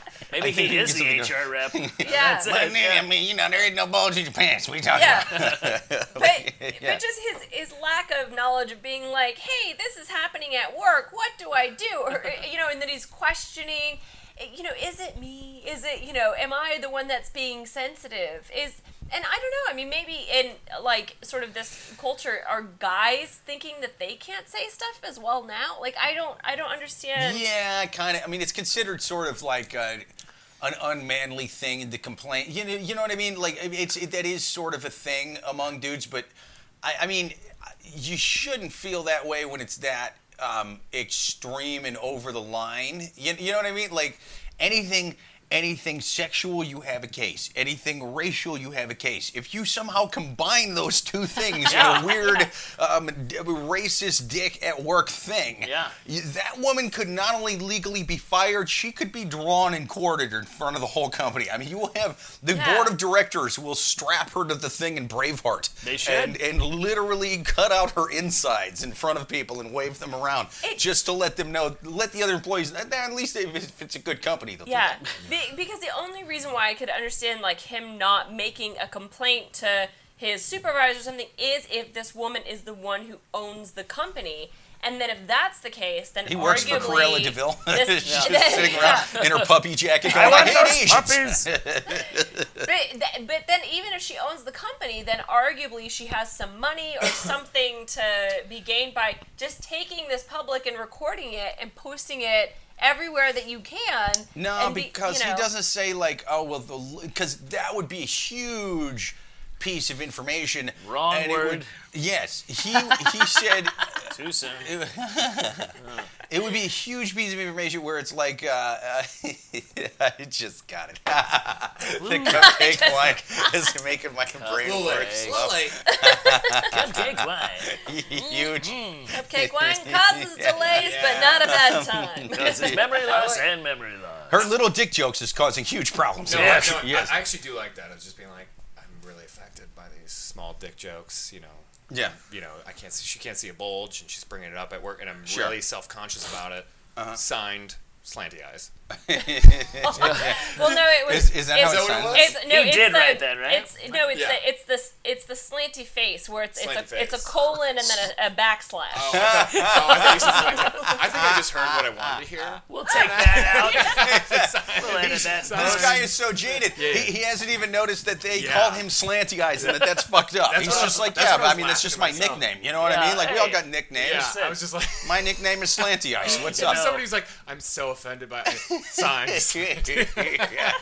S5: Maybe
S2: I think
S5: he
S2: you
S5: is
S2: get
S5: the
S2: something
S5: HR rep.
S4: think, yeah,
S5: That's it.
S2: I mean, you know, there ain't no bulge in your pants. We talking
S4: yeah.
S2: about.
S4: but,
S2: Yeah.
S4: but just his his lack of knowledge of being like, hey, this is happening at work. What do I do? Or eh, you know, and then he's questioning. eh, You know, is it me? Is it you know? Am I the one that's being sensitive? Is and I don't know. I mean, maybe in like sort of this culture, are guys thinking that they can't say stuff as well now? Like I don't, I don't understand.
S2: Yeah, kind of. I mean, it's considered sort of like uh an unmanly thing to complain. You know, you know what I mean? Like it- it's it, that is sort of a thing among dudes, but I, I mean, you shouldn't feel that way when it's that um, extreme and over the line. You, you know what I mean? Like anything. Anything sexual, you have a case. Anything racial, you have a case. If you somehow combine those two things in a weird, um, d- racist dick at work thing,
S5: Yeah.
S2: you- That woman could not only legally be fired, she could be drawn and quartered in front of the whole company. I mean, you will have the
S4: Yeah.
S2: board of directors will strap her to the thing in Braveheart.
S5: They should.
S2: And, and literally cut out her insides in front of people and wave them around
S4: It-
S2: just to let them know, let the other employees, at at least if it's- if it's a good company, they'll
S4: Yeah,
S2: do that.
S4: be- because the only reason why I could understand like him not making a complaint to his supervisor or something is if this woman is the one who owns the company. And then if that's the case, then
S2: He works for
S4: arguably
S2: Cruella DeVille.
S4: this-
S2: She's
S4: yeah.
S2: just sitting around in her puppy jacket going, I, hate Asians."
S4: But, th- but then even if she owns the company, then arguably she has some money or something to be gained by just taking this public and recording it and posting it everywhere that you can.
S2: No,
S4: and be- you
S2: because
S4: know.
S2: he doesn't say like, oh well, the because that would be a huge piece of information.
S5: Wrong
S2: and it would-
S5: word.
S2: yes, he he said
S5: Too soon.
S2: it would be a huge piece of information where it's like, uh, uh, I just got it. the cupcake line is making my brain work slow.
S5: Cupcake wine.
S2: huge.
S5: Mm-hmm.
S4: Cupcake wine causes delays, but not a bad time.
S5: Memory loss and memory loss.
S2: Her little dick jokes is causing huge problems.
S3: Oh, No,
S2: Yeah.
S5: Yes,
S3: I, no, I-
S2: yes.
S3: I actually do like that. I was just being like, I'm really affected by these small dick jokes. You know,
S2: yeah.
S3: you know, I can't see. She can't see a bulge, and she's bringing it up at work, and I'm
S2: Sure. Uh-huh.
S3: really self conscious about it. Signed, slanty eyes.
S4: Well, no, it was.
S2: Is, is that how
S4: it's-
S2: it sounds?
S4: It's, no,
S5: He
S4: it's
S5: did
S4: the,
S5: write that, right?
S4: It's no, it's
S3: Yeah.
S4: the, it's the it's the slanty face where it's
S3: Slanty
S4: it's a, it's a
S3: face.
S4: colon and then a, a backslash.
S3: Oh, I, thought you said slanty. I think I just heard what I wanted to hear.
S5: We'll take that out. we'll edit that.
S2: This
S5: out.
S2: guy is so jaded.
S3: yeah.
S2: He, he hasn't even noticed that they
S3: Yeah.
S2: call him Slanty Eyes and that that's fucked up.
S3: That's
S2: He's
S3: what I-
S2: just like,
S3: that's
S2: yeah,
S3: what I
S2: but I
S3: was
S2: mean, that's
S3: laughing
S2: just
S3: to
S2: my
S3: myself.
S2: nickname. You know what I
S5: Yeah,
S2: mean? Like, we all
S5: hey.
S2: got nicknames.
S3: Yeah,
S5: Yes,
S3: I
S5: sir.
S3: was just like.
S2: My nickname is Slanty Eyes. What's
S5: You
S2: up?
S5: know.
S3: Somebody who's like, I'm so offended by signs.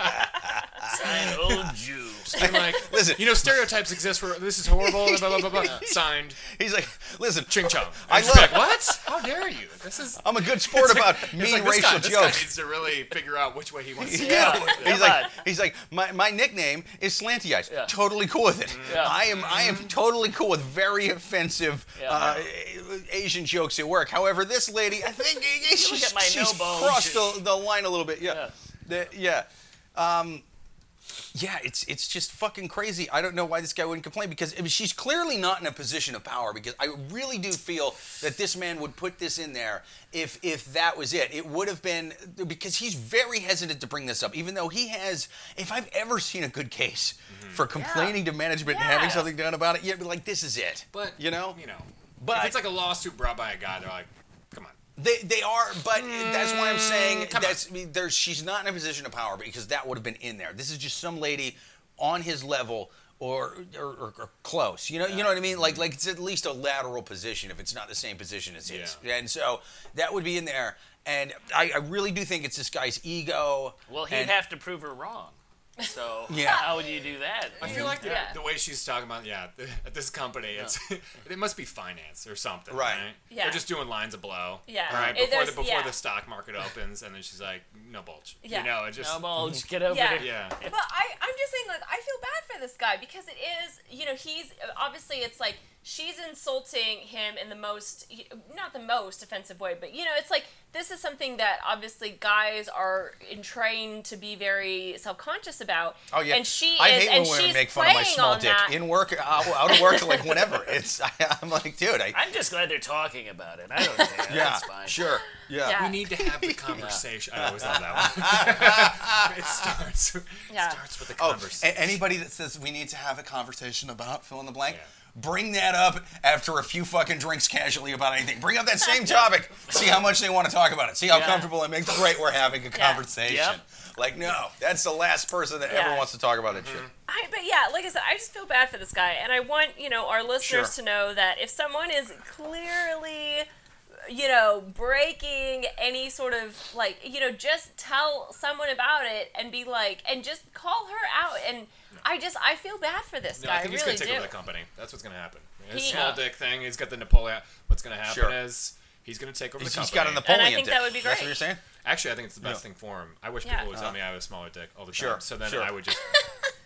S5: An old Jew.
S3: I'm like,
S2: Listen.
S3: you know, stereotypes exist for this is horrible. Blah, blah, blah, blah, blah. Signed,
S2: He's like, listen,
S3: Ching Chong.
S2: I
S3: I'm just
S2: love-
S3: like, what? How dare you? This is
S2: I'm a good sport about
S3: It's
S2: mean
S3: like, this guy-
S2: racial
S3: this guy
S2: jokes.
S3: needs to really figure out which way he wants to go.
S2: Yeah.
S5: Come
S2: He's like,
S5: on.
S2: he's like, my, my nickname is Slanty Eyes.
S5: Yeah.
S2: Totally cool with it.
S5: Yeah.
S2: I am I am totally cool with very offensive
S5: Yeah.
S2: uh, Asian jokes at work. However, this lady, I think she's,
S5: at my
S2: she's
S5: no-bone.
S2: crossed the, the line a little bit. Yeah, The- yeah. Um, yeah, it's it's just fucking crazy. I don't know why this guy wouldn't complain because I mean, she's clearly not in a position of power. Because I really do feel that this man would put this in there if if that was it. It would have been because he's very hesitant to bring this up, even though he has. If I've ever seen a good case
S3: Mm-hmm.
S2: for complaining to management and having
S4: Yeah.
S2: something done about it, you'd be like, this is it.
S3: But
S2: you know,
S3: you know,
S2: But-
S3: if it's like a lawsuit brought by a guy, they're like, come on.
S2: They, they are, but that's why I'm saying
S3: come
S2: that's I mean, there's she's not in a position of power because that would have been in there. This is just some lady on his level or or, or, or close. You know, you know what I mean? Like like it's at least a lateral position if it's not the same position as his.
S3: Yeah.
S2: And so that would be in there. And I, I really do think it's this guy's ego.
S5: Well, he'd
S2: and-
S5: have to prove her wrong. So
S2: Yeah.
S5: how would you do that?
S3: I feel like the,
S4: Yeah.
S3: the way she's talking about, yeah, the, at this company, it's it must be finance or something,
S2: Right.
S3: right?
S4: Yeah.
S3: They're just doing lines of blow,
S4: Yeah.
S3: All right,
S4: It-
S3: before the
S4: there's-
S3: before
S4: yeah.
S3: the stock market opens, and then she's like, "No bulge,"
S4: Yeah.
S3: you know, it just
S5: No bulge, get over
S4: Yeah.
S5: it.
S3: yeah,
S4: But I, I'm just saying, like, I feel bad for this guy because it is, you know, he's obviously it's like she's insulting him in the most, not the most offensive way, but you know, it's like this is something that obviously guys are in trained to be very self conscious about.
S2: Oh yeah,
S4: and she
S2: I
S4: is,
S2: hate
S4: and
S2: when women
S4: she's
S2: make fun of my
S4: playing
S2: small
S4: on
S2: dick
S4: that.
S2: in work, out, out of work, like whenever. It's I, I'm like, dude, I,
S5: I'm just glad they're talking about it. I don't care.
S2: yeah,
S5: That's fine.
S2: sure, yeah.
S4: Yeah.
S3: we need to have the conversation. I always love that one. it starts it
S4: Yeah.
S3: starts with a
S2: Oh,
S3: conversation.
S2: a- anybody that says we need to have a conversation about fill in the blank,
S3: Yeah.
S2: bring that up after a few fucking drinks casually about anything. Bring up that same topic. See how much they want to talk about it. See how
S5: Yeah.
S2: comfortable it makes. Great, we're having a conversation.
S5: Yep.
S2: Like, no, that's the last person that ever
S4: Yeah.
S2: wants to talk about that
S3: Mm-hmm.
S2: shit.
S4: I, but yeah, like I said, I just feel bad for this guy, and I want you know our listeners
S2: Sure.
S4: to know that if someone is clearly, you know, breaking any sort of like, you know, just tell someone about it and be like, and just call her out. And I just I feel bad for this
S3: no,
S4: guy.
S3: I think he's
S4: really
S3: gonna take
S4: do.
S3: over the company. That's what's gonna happen. His
S4: He-
S3: small
S4: Yeah.
S3: dick thing. He's got the Napoleon. What's gonna happen
S2: Sure.
S3: is he's gonna take over
S2: He's
S3: the
S2: he's
S3: company.
S2: got a Napoleon.
S4: think
S2: dick.
S4: that would be
S2: That's what
S4: great.
S2: you're saying?
S3: Actually, I think it's the best
S2: Yeah. Uh-huh.
S3: thing for him. I wish
S4: Yeah.
S3: people would tell me I have a smaller dick all the time.
S2: Sure,
S3: So then
S2: sure.
S3: I would just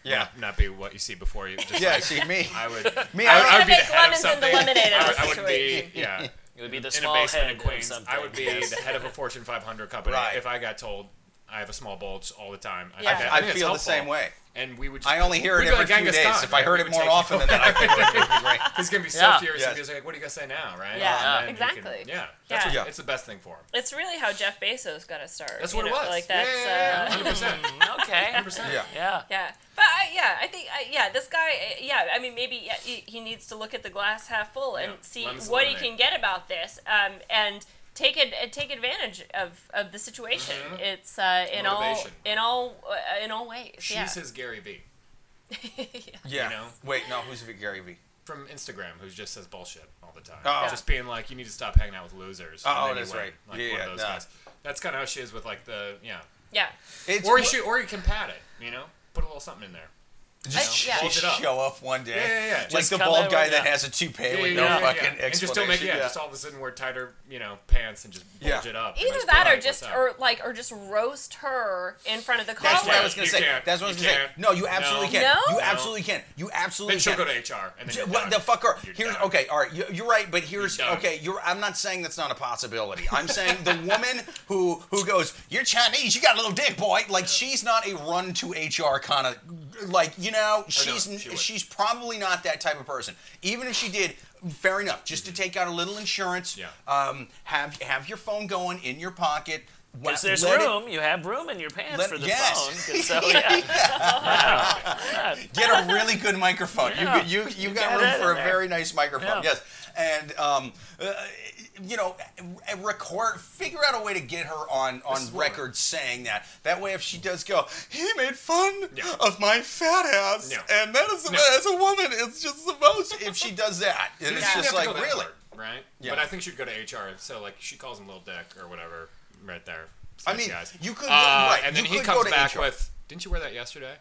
S2: Yeah.
S3: not be what you see before you. Just
S2: Yeah,
S3: like,
S2: see me.
S3: I would.
S2: Me,
S3: I,
S2: I
S3: would- I would be
S4: Make
S3: the head of
S4: lemons in the
S3: something.
S4: lemonade
S3: I,
S4: out
S3: would,
S4: of
S3: I would be
S4: situation.
S3: yeah.
S5: It would be the
S3: In a
S5: small
S3: basement
S5: head
S3: in
S5: of
S3: Queens,
S5: something.
S3: I would be the head of a Fortune 500 company
S2: Right.
S3: if I got told I have a small bulge all the time.
S4: Yeah.
S3: think-
S2: I
S3: think it's
S2: feel the
S3: helpful.
S2: same way.
S3: And we would. Just,
S2: I only hear
S3: we'd
S2: it
S3: be
S2: every
S3: like
S2: few
S3: Genghis
S2: days.
S3: Khan,
S2: If I
S3: right?
S2: heard
S3: We
S2: it
S3: would
S2: more
S3: take-
S2: often than that, I feel like it would be great.
S3: he's gonna be so
S5: Yeah.
S3: furious.
S2: Yes.
S3: He's like, "What are you gonna say now?" Right?
S4: Yeah.
S3: And then he can-
S4: Exactly.
S3: yeah. That's
S4: Yeah.
S3: what. It's the best thing for him.
S4: It's really how Jeff Bezos got to start.
S3: That's
S4: you
S3: what it
S4: know,
S3: was.
S4: Like that's.
S3: yeah, yeah, yeah,
S4: uh,
S3: 100%.
S5: Mm, okay.
S3: 100%.
S2: Yeah.
S5: Yeah.
S4: Yeah, but I, yeah, I think I, yeah, this guy, uh, yeah, I mean, maybe yeah, he, he needs to look at the glass half full and
S3: Yeah,
S4: see
S3: lemons
S4: what he
S3: lemonade.
S4: can get about this, um, and take it and take advantage of, of the situation. It's uh, in all
S3: Mm-hmm. Motivation.
S4: in all uh, in all ways.
S3: She's
S4: yeah.
S3: his Gary Vee
S4: Yeah.
S2: Yeah.
S3: know?
S2: Wait, no, who's Gary Vee?
S3: from Instagram who just says bullshit all the time.
S2: Oh.
S3: Just being like, you need to stop hanging out with losers. and
S2: Oh,
S3: then you
S2: that's
S3: win,
S2: right.
S3: Like
S2: Yeah,
S3: one
S2: yeah,
S3: of those
S2: no.
S3: guys. That's kind of how she is with like the yeah.
S4: yeah,
S2: It's
S3: Or you should, or you can pat it. You know, put a little something in there.
S2: just
S4: yeah.
S2: just
S3: Bulge it up.
S2: show up one day.
S3: Yeah, yeah, yeah.
S2: Like
S5: Just
S2: the
S5: come
S2: bald
S5: in
S2: guy
S5: with-
S2: that
S5: yeah.
S2: has a toupee with
S3: Yeah,
S2: no
S3: yeah, yeah,
S2: fucking
S3: yeah. And just don't make it.
S2: explanation.
S3: Yeah, just all of a sudden wear tighter, you know, pants and just bulge
S2: Yeah.
S3: it up. and
S4: either
S3: just be
S4: that
S3: like,
S4: or just
S3: what's up?
S4: or like or just roast her in front of the
S2: That's
S4: college.
S2: what I was gonna
S3: You
S2: say.
S3: can't.
S2: That's what I was
S3: You
S2: gonna
S3: can't.
S2: say. No, you absolutely
S3: No.
S2: can.
S4: No?
S2: You
S4: No.
S2: absolutely can. You absolutely
S3: Then she'll
S2: can.
S3: go to HR and then you're
S2: what
S3: done.
S2: the fuck are
S3: You're
S2: here's
S3: done.
S2: okay all right you, you're right but here's
S3: You're done.
S2: okay you're i'm not saying that's not a possibility i'm saying the woman who who goes you're chinese you got a little dick boy like she's not a run to hr kind of like you know she's
S3: she would.
S2: she's probably not that type of person even if she did fair enough just to take out a little insurance
S3: Mm-hmm. Yeah.
S2: um have have your phone going in your pocket
S5: Because there's
S2: Let it-
S5: room. you have room in your pants
S2: let-
S5: for the
S2: yes.
S5: phone. 'cause So, yeah.
S2: get a really good microphone.
S5: Yeah.
S2: You, you, you got
S5: got
S2: room
S5: that
S2: for a
S5: in there.
S2: very nice microphone.
S5: Yeah.
S2: Yes, and um, uh, you know, record. Figure out a way to get her on
S3: This
S2: on
S3: is what-
S2: record saying that. That way, if she does go, he made fun
S3: Yeah.
S2: of my fat ass,
S3: No.
S2: and that is
S3: No.
S2: as a woman, it's just the most. If she does that, and
S3: You
S2: it's
S3: don't
S2: just
S3: have to
S2: like
S3: go that
S2: really.
S3: hard, right?
S2: Yeah.
S3: But I think she'd go to HR. So like she calls him little dick or whatever, right there.
S2: I
S3: Thanks,
S2: mean,
S3: guys.
S2: you could.
S3: Uh,
S2: right,
S3: and
S2: you
S3: then he
S2: could go
S3: comes
S2: to
S3: back
S2: HR.
S3: with, "Didn't you wear that yesterday?"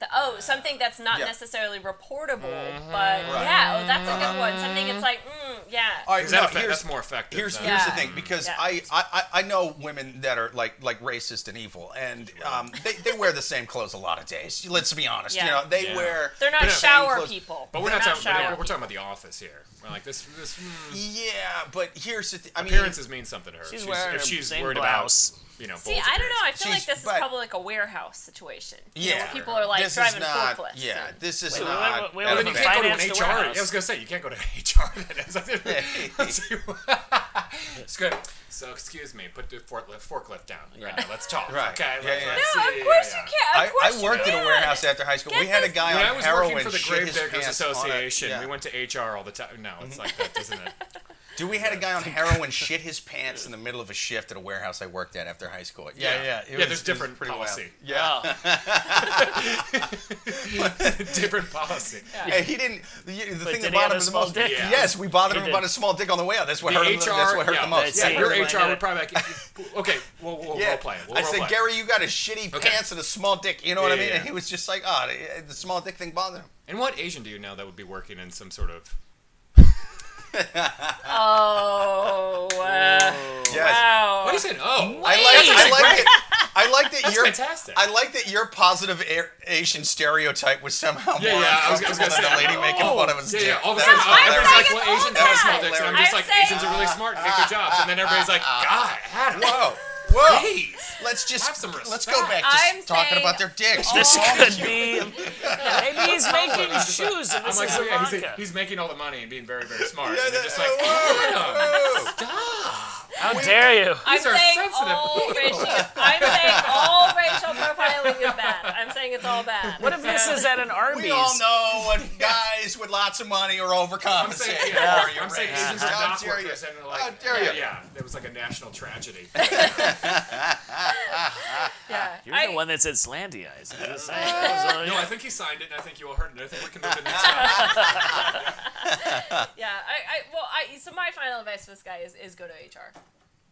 S4: The, oh, something that's not
S2: Yeah.
S4: necessarily reportable,
S3: Mm-hmm.
S4: but yeah, oh, that's a good one. Something it's like, mm, yeah,
S2: All right,
S3: 'Cause
S2: no,
S3: that effect,
S2: here's-
S3: that's more effective.
S2: Here's
S3: than-
S2: here's the
S4: Yeah.
S2: thing because
S4: Yeah.
S2: I, I I I know women that are like like racist and evil and um they, they wear the same clothes a lot of days. Let's be honest. You
S4: Yeah.
S2: know they
S3: Yeah.
S2: wear
S4: they're not
S2: the same
S4: shower
S2: clothes.
S4: people.
S3: But we're
S4: They're
S3: not, talking.
S4: shower.
S3: We're, we're talking about the office here. We're like this. This mm,
S2: Yeah, but here's the th- I mean
S3: appearances mean something to her.
S5: She's wearing
S3: if
S5: her
S3: she's
S5: same
S3: worried
S5: blouse.
S3: about, you know.
S4: See, I don't know. I feel
S2: Jeez,
S4: like this is
S2: but-
S4: probably like a warehouse situation. You know,
S2: yeah
S4: where people are like
S2: this
S4: driving
S2: is not,
S4: forklifts.
S2: Yeah,
S4: and-
S2: this is
S5: Wait, wait,
S2: not.
S5: wait,
S2: that
S5: wait,
S3: But
S2: is
S3: then you
S2: not-
S5: wait,
S3: can't go to an
S5: Finance
S3: HR.
S5: the
S3: I
S5: warehouse.
S3: was gonna say you can't go to HR. That is. Let's see what- it's good. So excuse me. Put the forklift, forklift down right now. Let's talk.
S2: Right.
S3: Okay.
S2: Yeah,
S3: let's,
S2: yeah.
S3: let's
S4: no,
S3: see.
S4: of course
S3: Yeah, yeah.
S4: you can't.
S2: I,
S4: Of course
S2: I
S4: you
S2: worked in a
S4: can.
S2: warehouse after high school.
S4: Get
S2: we had a
S4: this-
S2: guy
S3: When I
S2: on
S3: was
S2: heroin
S3: working for the
S2: shit his
S3: Grave Diggers
S2: pants on a-
S3: Association,
S2: yeah. Mm-hmm.
S3: we went to HR all the time. No, it's like that, doesn't it?
S2: Dude, we had a guy on heroin shit his pants in the middle of a shift at a warehouse I worked at after high school. Yeah, yeah. it
S3: yeah.
S2: was- it was
S3: there's different
S2: pretty wild.
S3: policy.
S5: Yeah.
S3: different policy.
S2: Yeah, he didn't. The, the
S5: But
S2: thing that
S5: did he have
S2: bothered
S5: a
S2: him the
S5: small
S2: most.
S5: dick?
S3: Yeah.
S2: Yes, we bothered
S5: He
S2: him
S5: did.
S2: about his small dick on the way out. That's what
S3: The
S2: hurt him.
S3: HR.
S2: that's what hurt
S3: yeah,
S2: the most.
S5: that's
S3: Yeah,
S5: it.
S3: your
S5: Never mind
S3: HR would
S5: that.
S3: probably be like, okay, we'll, we'll
S2: Yeah.
S3: role play it. We'll
S2: I
S3: role
S2: said,
S3: play it."
S2: Gary, you got a shitty
S3: Okay.
S2: pants and a small dick. You know what
S3: Yeah,
S2: I mean?
S3: yeah,
S2: And
S3: yeah.
S2: he was just like, ah, the, the small dick thing bothered him.
S3: And what Asian do you know that would be working in some sort of?
S4: Oh, uh,
S2: Yes.
S4: wow.
S3: What are you saying? Oh,
S2: Uh, I like, I like it. I like that
S3: That's
S2: your
S3: fantastic.
S2: I like that your positive a- Asian stereotype was somehow
S3: Yeah,
S2: more
S3: yeah, I was- I was
S2: uncomfortable
S3: gonna
S2: than
S3: say,
S2: the lady making
S3: oh,
S2: fun of his
S3: yeah,
S2: dick.
S3: yeah. All of a
S2: That
S3: sudden,
S2: was
S3: uh,
S2: hilarious.
S3: everybody's like, "Well, Asians have small
S4: saying it's awful.
S3: dicks," and I'm just
S4: I'm
S3: like,
S4: saying-
S3: "Asians are really smart. Get good jobs." And then everybody's like, "God, Adam,
S2: Whoa, whoa!
S3: please."
S2: Let's just
S3: Have some
S2: let's go back
S3: respect.
S2: to
S4: I'm
S2: s- talking
S4: saying
S2: about their dicks. What's
S5: This
S2: wrong with
S5: could be. Maybe he's making shoes and
S3: I'm
S5: this
S3: like,
S5: is
S3: "Oh,
S5: a
S3: yeah, he's,
S5: vodka.
S3: he's making all the money and being very, very
S2: you?
S3: smart."
S2: Yeah,
S3: and they're
S2: that-
S3: just like,
S2: whoa.
S5: How dare you?
S4: I'm
S3: These are
S4: saying
S3: sensitive
S4: all
S3: people.
S4: racial. I'm saying all racial profiling is bad. I'm saying it's all bad.
S5: What if this is at an Arby's?
S2: We all know what guys with lots of money are overcompensating.
S3: I'm saying,
S2: for
S3: yeah,
S2: your
S3: I'm saying
S2: race.
S3: Asians are
S2: How
S3: dock
S2: dare you.
S3: workers, and they're like,
S2: How dare
S3: yeah,
S2: you.
S3: yeah, there was like a national tragedy.
S4: Yeah.
S5: You're the one that said Slandy Eyes. I'm just saying. So,
S3: no, I think he signed it, and I think you all heard it. I think we can move to the next topic.
S4: Yeah. I, I. Well. I. So my final advice for this guy is, is go to HR.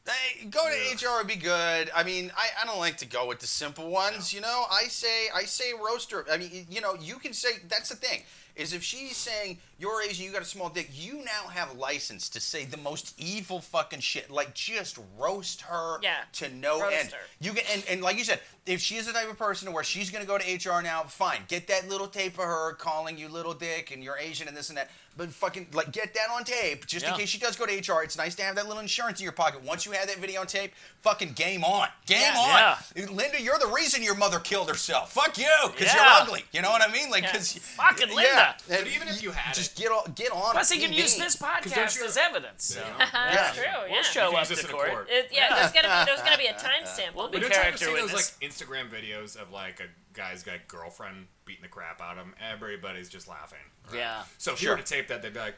S2: Hey, go to HR would be good. I mean, I, I don't like to go with the simple ones. You know, I say I say roaster. I mean, you know, you can say that's the thing is if she's saying you're Asian, you got a small dick. You now have license to say the most evil fucking shit. Like just roast her
S4: Yeah.
S2: to no
S4: Roast
S2: end.
S4: her.
S2: You can and, and like you said, if she is the type of person to where she's gonna go to HR now, fine. Get that little tape of her calling you little dick and you're Asian and this and that. But fucking like get that on tape just in
S5: Yeah.
S2: case she does go to HR. It's nice to have that little insurance in your pocket. Once you have that video on tape, fucking game on, game
S5: Yeah.
S2: on. Linda, you're the reason your mother killed herself. Fuck you, because
S5: Yeah.
S2: you're ugly. You know what I mean? Like,
S5: Yeah.
S2: because
S5: Fucking Linda.
S3: But even if you had
S2: just
S3: it,
S2: get on, get on.
S5: Plus, he can
S2: TV.
S5: use this
S3: don't
S5: podcast
S3: you-
S5: as evidence. So.
S3: Yeah.
S4: That's
S2: Yeah.
S4: true. Yeah.
S5: We'll show
S3: can use
S5: up
S3: this
S5: to
S3: in a
S5: court.
S3: court.
S4: It, yeah, There's gonna be there's gonna be a timestamp.
S5: We'll
S4: on
S5: be
S4: it.
S3: But don't you ever
S5: character
S3: see those like
S5: witness.
S3: Instagram videos of like a guy's got girlfriend beating the crap out of him? Everybody's just laughing. right?
S5: Yeah.
S3: So if
S2: Sure.
S3: you were to tape that, they'd be like,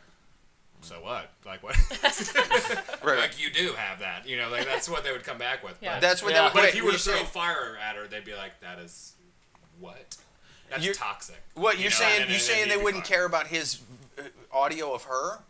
S3: "So
S5: Mm.
S3: what? Like what?
S2: Right.
S3: like you do have that? You know, like that's what they would come back with."
S4: Yeah.
S3: But,
S2: That's what
S5: Yeah.
S2: they
S3: but
S2: would.
S3: if you were to throw
S2: saying,
S3: fire at her, they'd be like, "That is what? That's
S2: You're-
S3: toxic."
S2: what you're
S3: You know,
S2: saying?
S3: and-
S2: You're
S3: and
S2: saying
S3: you'd
S2: they
S3: be
S2: wouldn't
S3: fine.
S2: care about his uh, audio of her?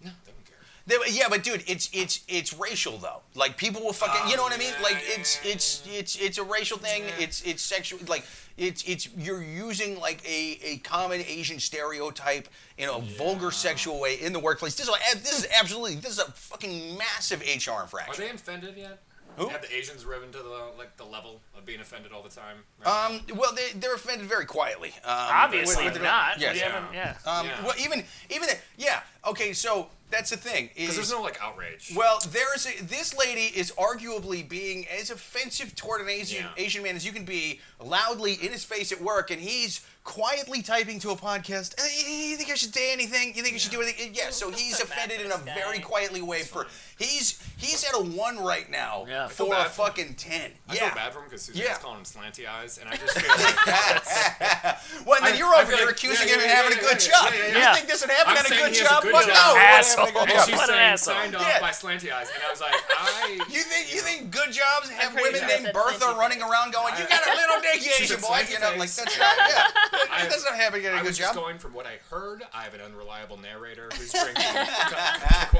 S3: No, they wouldn't care.
S2: They, yeah, but dude, it's it's it's racial though. Like people will fucking, you know what I mean?
S3: Oh, yeah,
S2: Like
S3: yeah,
S2: it's it's it's it's a racial thing. It's it's sexual. Like it's it's you're using like a, a common Asian stereotype in a vulgar sexual way in the workplace. This is like, this is absolutely this is a fucking massive HR
S3: Are
S2: infraction.
S3: they offended yet?
S2: Who?
S3: Have the Asians risen to the like the level of being offended all the time? right
S2: Um, well, they they're offended very quietly. Um,
S5: Obviously
S2: with- with-
S5: not.
S2: Yes.
S5: We haven't-
S3: Yeah.
S5: yeah.
S2: Um,
S3: Yeah.
S2: Well, even even the, yeah. Okay, so that's the thing.
S3: Because
S2: Is,
S3: there's no like outrage.
S2: well, there is a, this lady is arguably being as offensive toward an Asian
S3: Yeah.
S2: Asian man as you can be, loudly in his face at work, and he's quietly typing to a podcast. "Uh, You you think I should say anything? You think I should do anything? Yeah. So he's
S4: so bad
S2: offended
S4: for
S2: in a
S4: this guy.
S2: very quietly way. For he's he's at a one right now
S5: Yeah. I feel
S2: for a
S3: bad for him.
S2: fucking ten.
S3: I
S2: yeah.
S3: feel bad for him because Suzanne's
S2: Yeah.
S3: calling him slanty eyes, and I just feel like
S2: Well, then
S3: I-
S2: you're
S3: I
S2: over
S3: feel
S2: here
S3: like-
S2: accusing
S3: yeah,
S2: him of
S3: yeah,
S2: having a
S3: yeah,
S2: good
S3: yeah,
S2: job.
S3: yeah, yeah,
S2: You
S5: yeah.
S2: think this would happen
S3: I'm
S2: at a
S3: saying
S2: good
S3: he has a
S2: job?
S3: good
S2: Fuck
S3: job.
S2: no.
S5: Asshole.
S2: Having a good
S5: And
S3: and
S2: job.
S3: she's
S5: What an
S3: saying
S5: asshole.
S3: signed off
S2: Yeah.
S3: by slanty eyes, and I was like, I.
S2: You think you think good jobs have
S4: pretty
S2: women
S4: sure
S2: named
S4: that's
S2: Bertha
S4: Nancy
S2: running
S4: Faye.
S2: around going, "You got a little dick, you
S3: She's
S2: Asian
S3: a
S2: boy"?
S3: Nancy
S2: You know,
S3: Faye.
S2: like that's not yeah.
S3: I-
S2: That's not happening at a
S3: I
S2: good
S3: was just
S2: job.
S3: going from what I heard. I have an unreliable narrator who's drinking. That's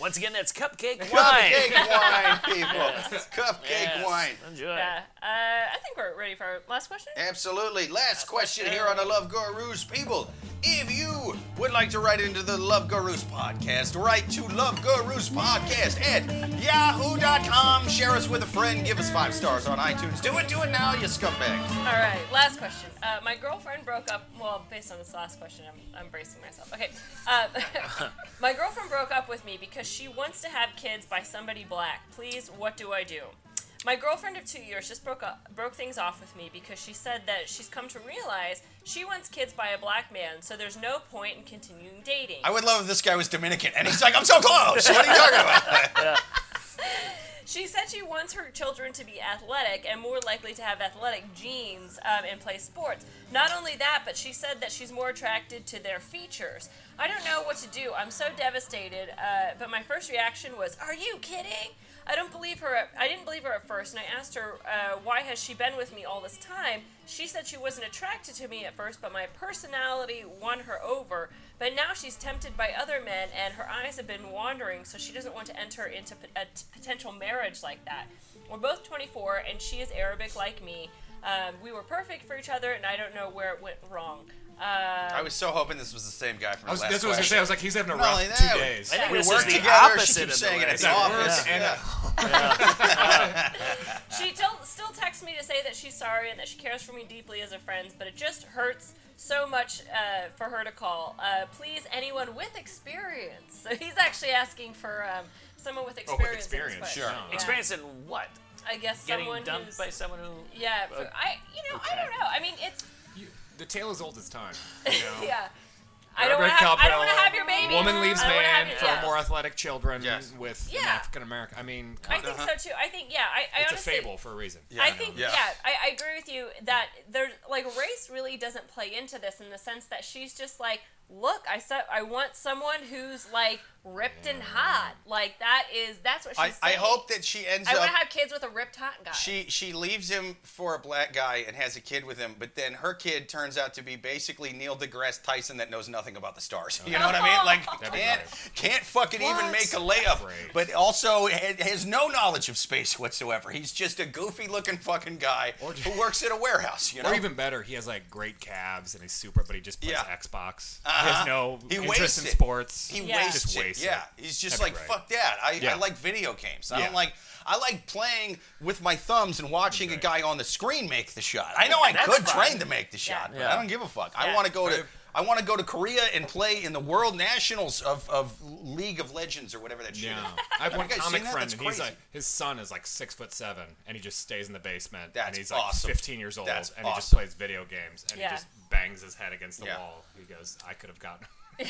S5: Once again, that's cupcake wine.
S2: Cupcake wine, people. Cupcake
S5: Yes.
S2: wine.
S5: Enjoy.
S4: Yeah. Uh, I think we're ready for our last question.
S2: Absolutely. Last question here on the Love Gurus, people. If you would like to write into the Love Gurus podcast, write to Love Gurus podcast at yahoo.com. Share us with a friend. Give us five stars on iTunes. Do it, do it now, you scumbags.
S4: All right, last question. Uh, my girlfriend broke up. Well, based on this last question, I'm, I'm bracing myself. Okay. Uh, my girlfriend broke up with me because she wants to have kids by somebody black. Please, what do I do? My girlfriend of two years just broke up, broke things off with me because she said that she's come to realize she wants kids by a black man, so there's no point in continuing dating.
S2: I would love if this guy was Dominican and he's like, I'm so close. What are you talking about?
S4: She said she wants her children to be athletic and more likely to have athletic genes um, and play sports. Not only that, but she said that she's more attracted to their features. I don't know what to do. I'm so devastated. Uh, but my first reaction was, "Are you kidding?" I don't believe her. at- I didn't believe her at first, and I asked her uh, why has she been with me all this time. She said she wasn't attracted to me at first, but my personality won her over. But now she's tempted by other men, and her eyes have been wandering, so she doesn't want to enter into p- a t- potential marriage like that. We're both 24, and she is Arabic like me. Um, we were perfect for each other, and I don't know where it went wrong. Uh,
S2: I was so hoping this was the same guy from
S3: I was,
S2: the last
S3: that's what I was gonna say. I was like, he's having a
S2: Not
S3: rough
S2: only that,
S3: two days.
S5: I think
S4: We
S5: this
S2: work
S5: is the
S2: together, she
S5: opposite
S2: keeps
S5: of the
S2: saying it.
S5: last
S2: It's
S3: It's at
S5: one.
S2: obvious.
S3: work and
S2: yeah.
S3: at
S4: She still, still texts me to say that she's sorry and that she cares for me deeply as a friend, but it just hurts so much uh, for her to call. Uh, please, anyone with experience. So he's actually asking for um, someone with
S3: Oh, with
S4: experience. in this
S3: experience,
S4: question.
S3: sure.
S4: Yeah.
S5: Experience in what?
S4: I guess
S5: Getting
S4: someone
S5: dumped
S4: who's,
S5: by someone who.
S4: yeah. For,
S5: Uh,
S4: I you know I
S5: okay.
S4: don't know. I mean it's
S3: You, the tale is old as time. You know?
S4: yeah. I don't
S3: Urban
S4: want to have I don't
S3: cowbell,
S4: want to have your baby.
S3: Woman leaves
S4: I don't wanna
S3: man
S4: have your-
S3: for
S4: yeah.
S3: more athletic children
S2: Yes.
S3: with
S4: Yeah.
S3: an African American. I mean,
S4: I think
S2: Uh-huh.
S4: so too. I think yeah. I, I
S3: it's
S4: honestly,
S3: a fable for a reason.
S4: I
S3: you know?
S4: think
S2: Yeah.
S4: yeah, I, I agree with you that there's like race really doesn't play into this in the sense that she's just like, look, I said I want someone who's like ripped and hot. Like that is that's what she's
S2: I, I
S4: saying.
S2: hope that she ends
S4: I
S2: up.
S4: want to have kids with a ripped hot guy.
S2: she she leaves him for a black guy and has a kid with him, but then her kid turns out to be basically Neil deGrasse Tyson that knows nothing about the stars. You know what I mean? Like
S3: That'd be
S2: can't can't fucking even
S4: What?
S2: make a layup,
S3: Great.
S2: but also ha- has no knowledge of space whatsoever. He's just a goofy looking fucking guy
S3: Or-
S2: who works at a warehouse. You know,
S3: Or even better, he has like great calves and he's super, but he just plays
S2: Yeah.
S3: Xbox. He
S2: Uh-huh.
S3: has no
S2: He wastes
S3: interest in
S2: it.
S3: sports.
S2: He
S4: Yeah.
S2: wastes
S3: Just
S2: it.
S3: wastes
S2: yeah,
S3: it.
S2: he's just
S3: That'd
S2: like
S3: be great.
S2: fuck that. I,
S3: Yeah.
S2: I like video games. I
S3: Yeah.
S2: don't like I like playing with my thumbs and watching a
S3: Right.
S2: guy on the screen make the shot. I know I
S5: That's
S2: could
S5: fun.
S2: train to make the shot, but I
S5: Yeah.
S2: don't give a fuck. I
S4: Yeah.
S2: want to go to
S3: Right.
S2: I want to go to Korea and play in the World Nationals of, of League of Legends or whatever that shit
S3: Yeah,
S2: is.
S3: I have one
S2: you guys
S3: comic
S2: seen that?
S3: friend,
S2: That's
S3: and he's
S2: crazy.
S3: like, his son is like six foot seven, and he just stays in the basement,
S2: That's
S3: and he's like
S2: awesome.
S3: 15 years old,
S2: That's
S3: and he just
S2: awesome.
S3: plays video games, and
S4: Yeah.
S3: he just bangs his head against the
S2: Yeah.
S3: wall. He goes, "I could have gotten,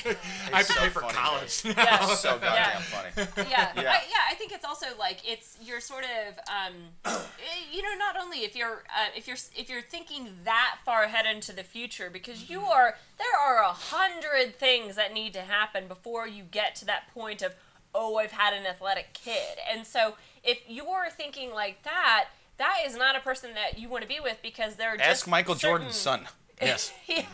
S3: I have to
S2: so
S3: pay for
S2: funny,
S3: college."
S4: yeah.
S2: So goddamn
S4: Yeah.
S2: funny.
S4: yeah,
S2: Yeah.
S4: I, yeah. I think it's also like it's you're sort of, um, eh, you know, not only if you're uh, if you're if you're thinking that far ahead into the future because
S2: Mm-hmm.
S4: you are there are a hundred things that need to happen before you get to that point of oh I've had an athletic kid and so if you're thinking like that that is not a person that you want to be with because they're
S2: Ask
S4: just
S2: Michael
S4: certain-
S2: Jordan's son. Yes.
S4: yeah,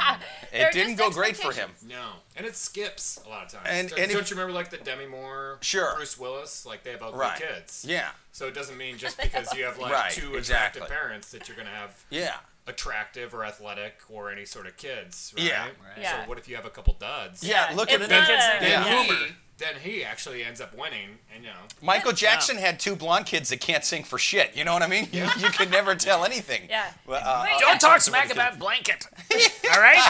S4: there are
S2: It didn't go
S4: just
S2: great for him.
S4: expectations.
S3: No, and it skips a lot of times.
S2: And-
S3: don't,
S2: and if-
S3: don't you remember like the Demi Moore,
S2: Sure.
S3: Bruce Willis, like they have ugly
S2: Right.
S3: kids.
S2: Yeah.
S3: So it doesn't mean just because you have like
S2: Right,
S3: two
S2: exactly.
S3: attractive parents that you're gonna have
S2: Yeah.
S3: attractive or athletic or any sort of kids. Right?
S2: Yeah.
S4: Yeah.
S3: So what if you have a couple duds?
S2: Yeah, look at
S4: it's
S2: that.
S4: not a-
S2: Yeah.
S3: Then he,
S5: Homer.
S3: then he actually ends up winning, and you know.
S2: Michael Jackson had two blonde kids that can't sing for shit. You know what I mean? You, you can never tell anything.
S4: Yeah.
S2: Well, uh,
S4: Wait,
S5: Don't
S4: yeah.
S5: talk smack about blanket. All right.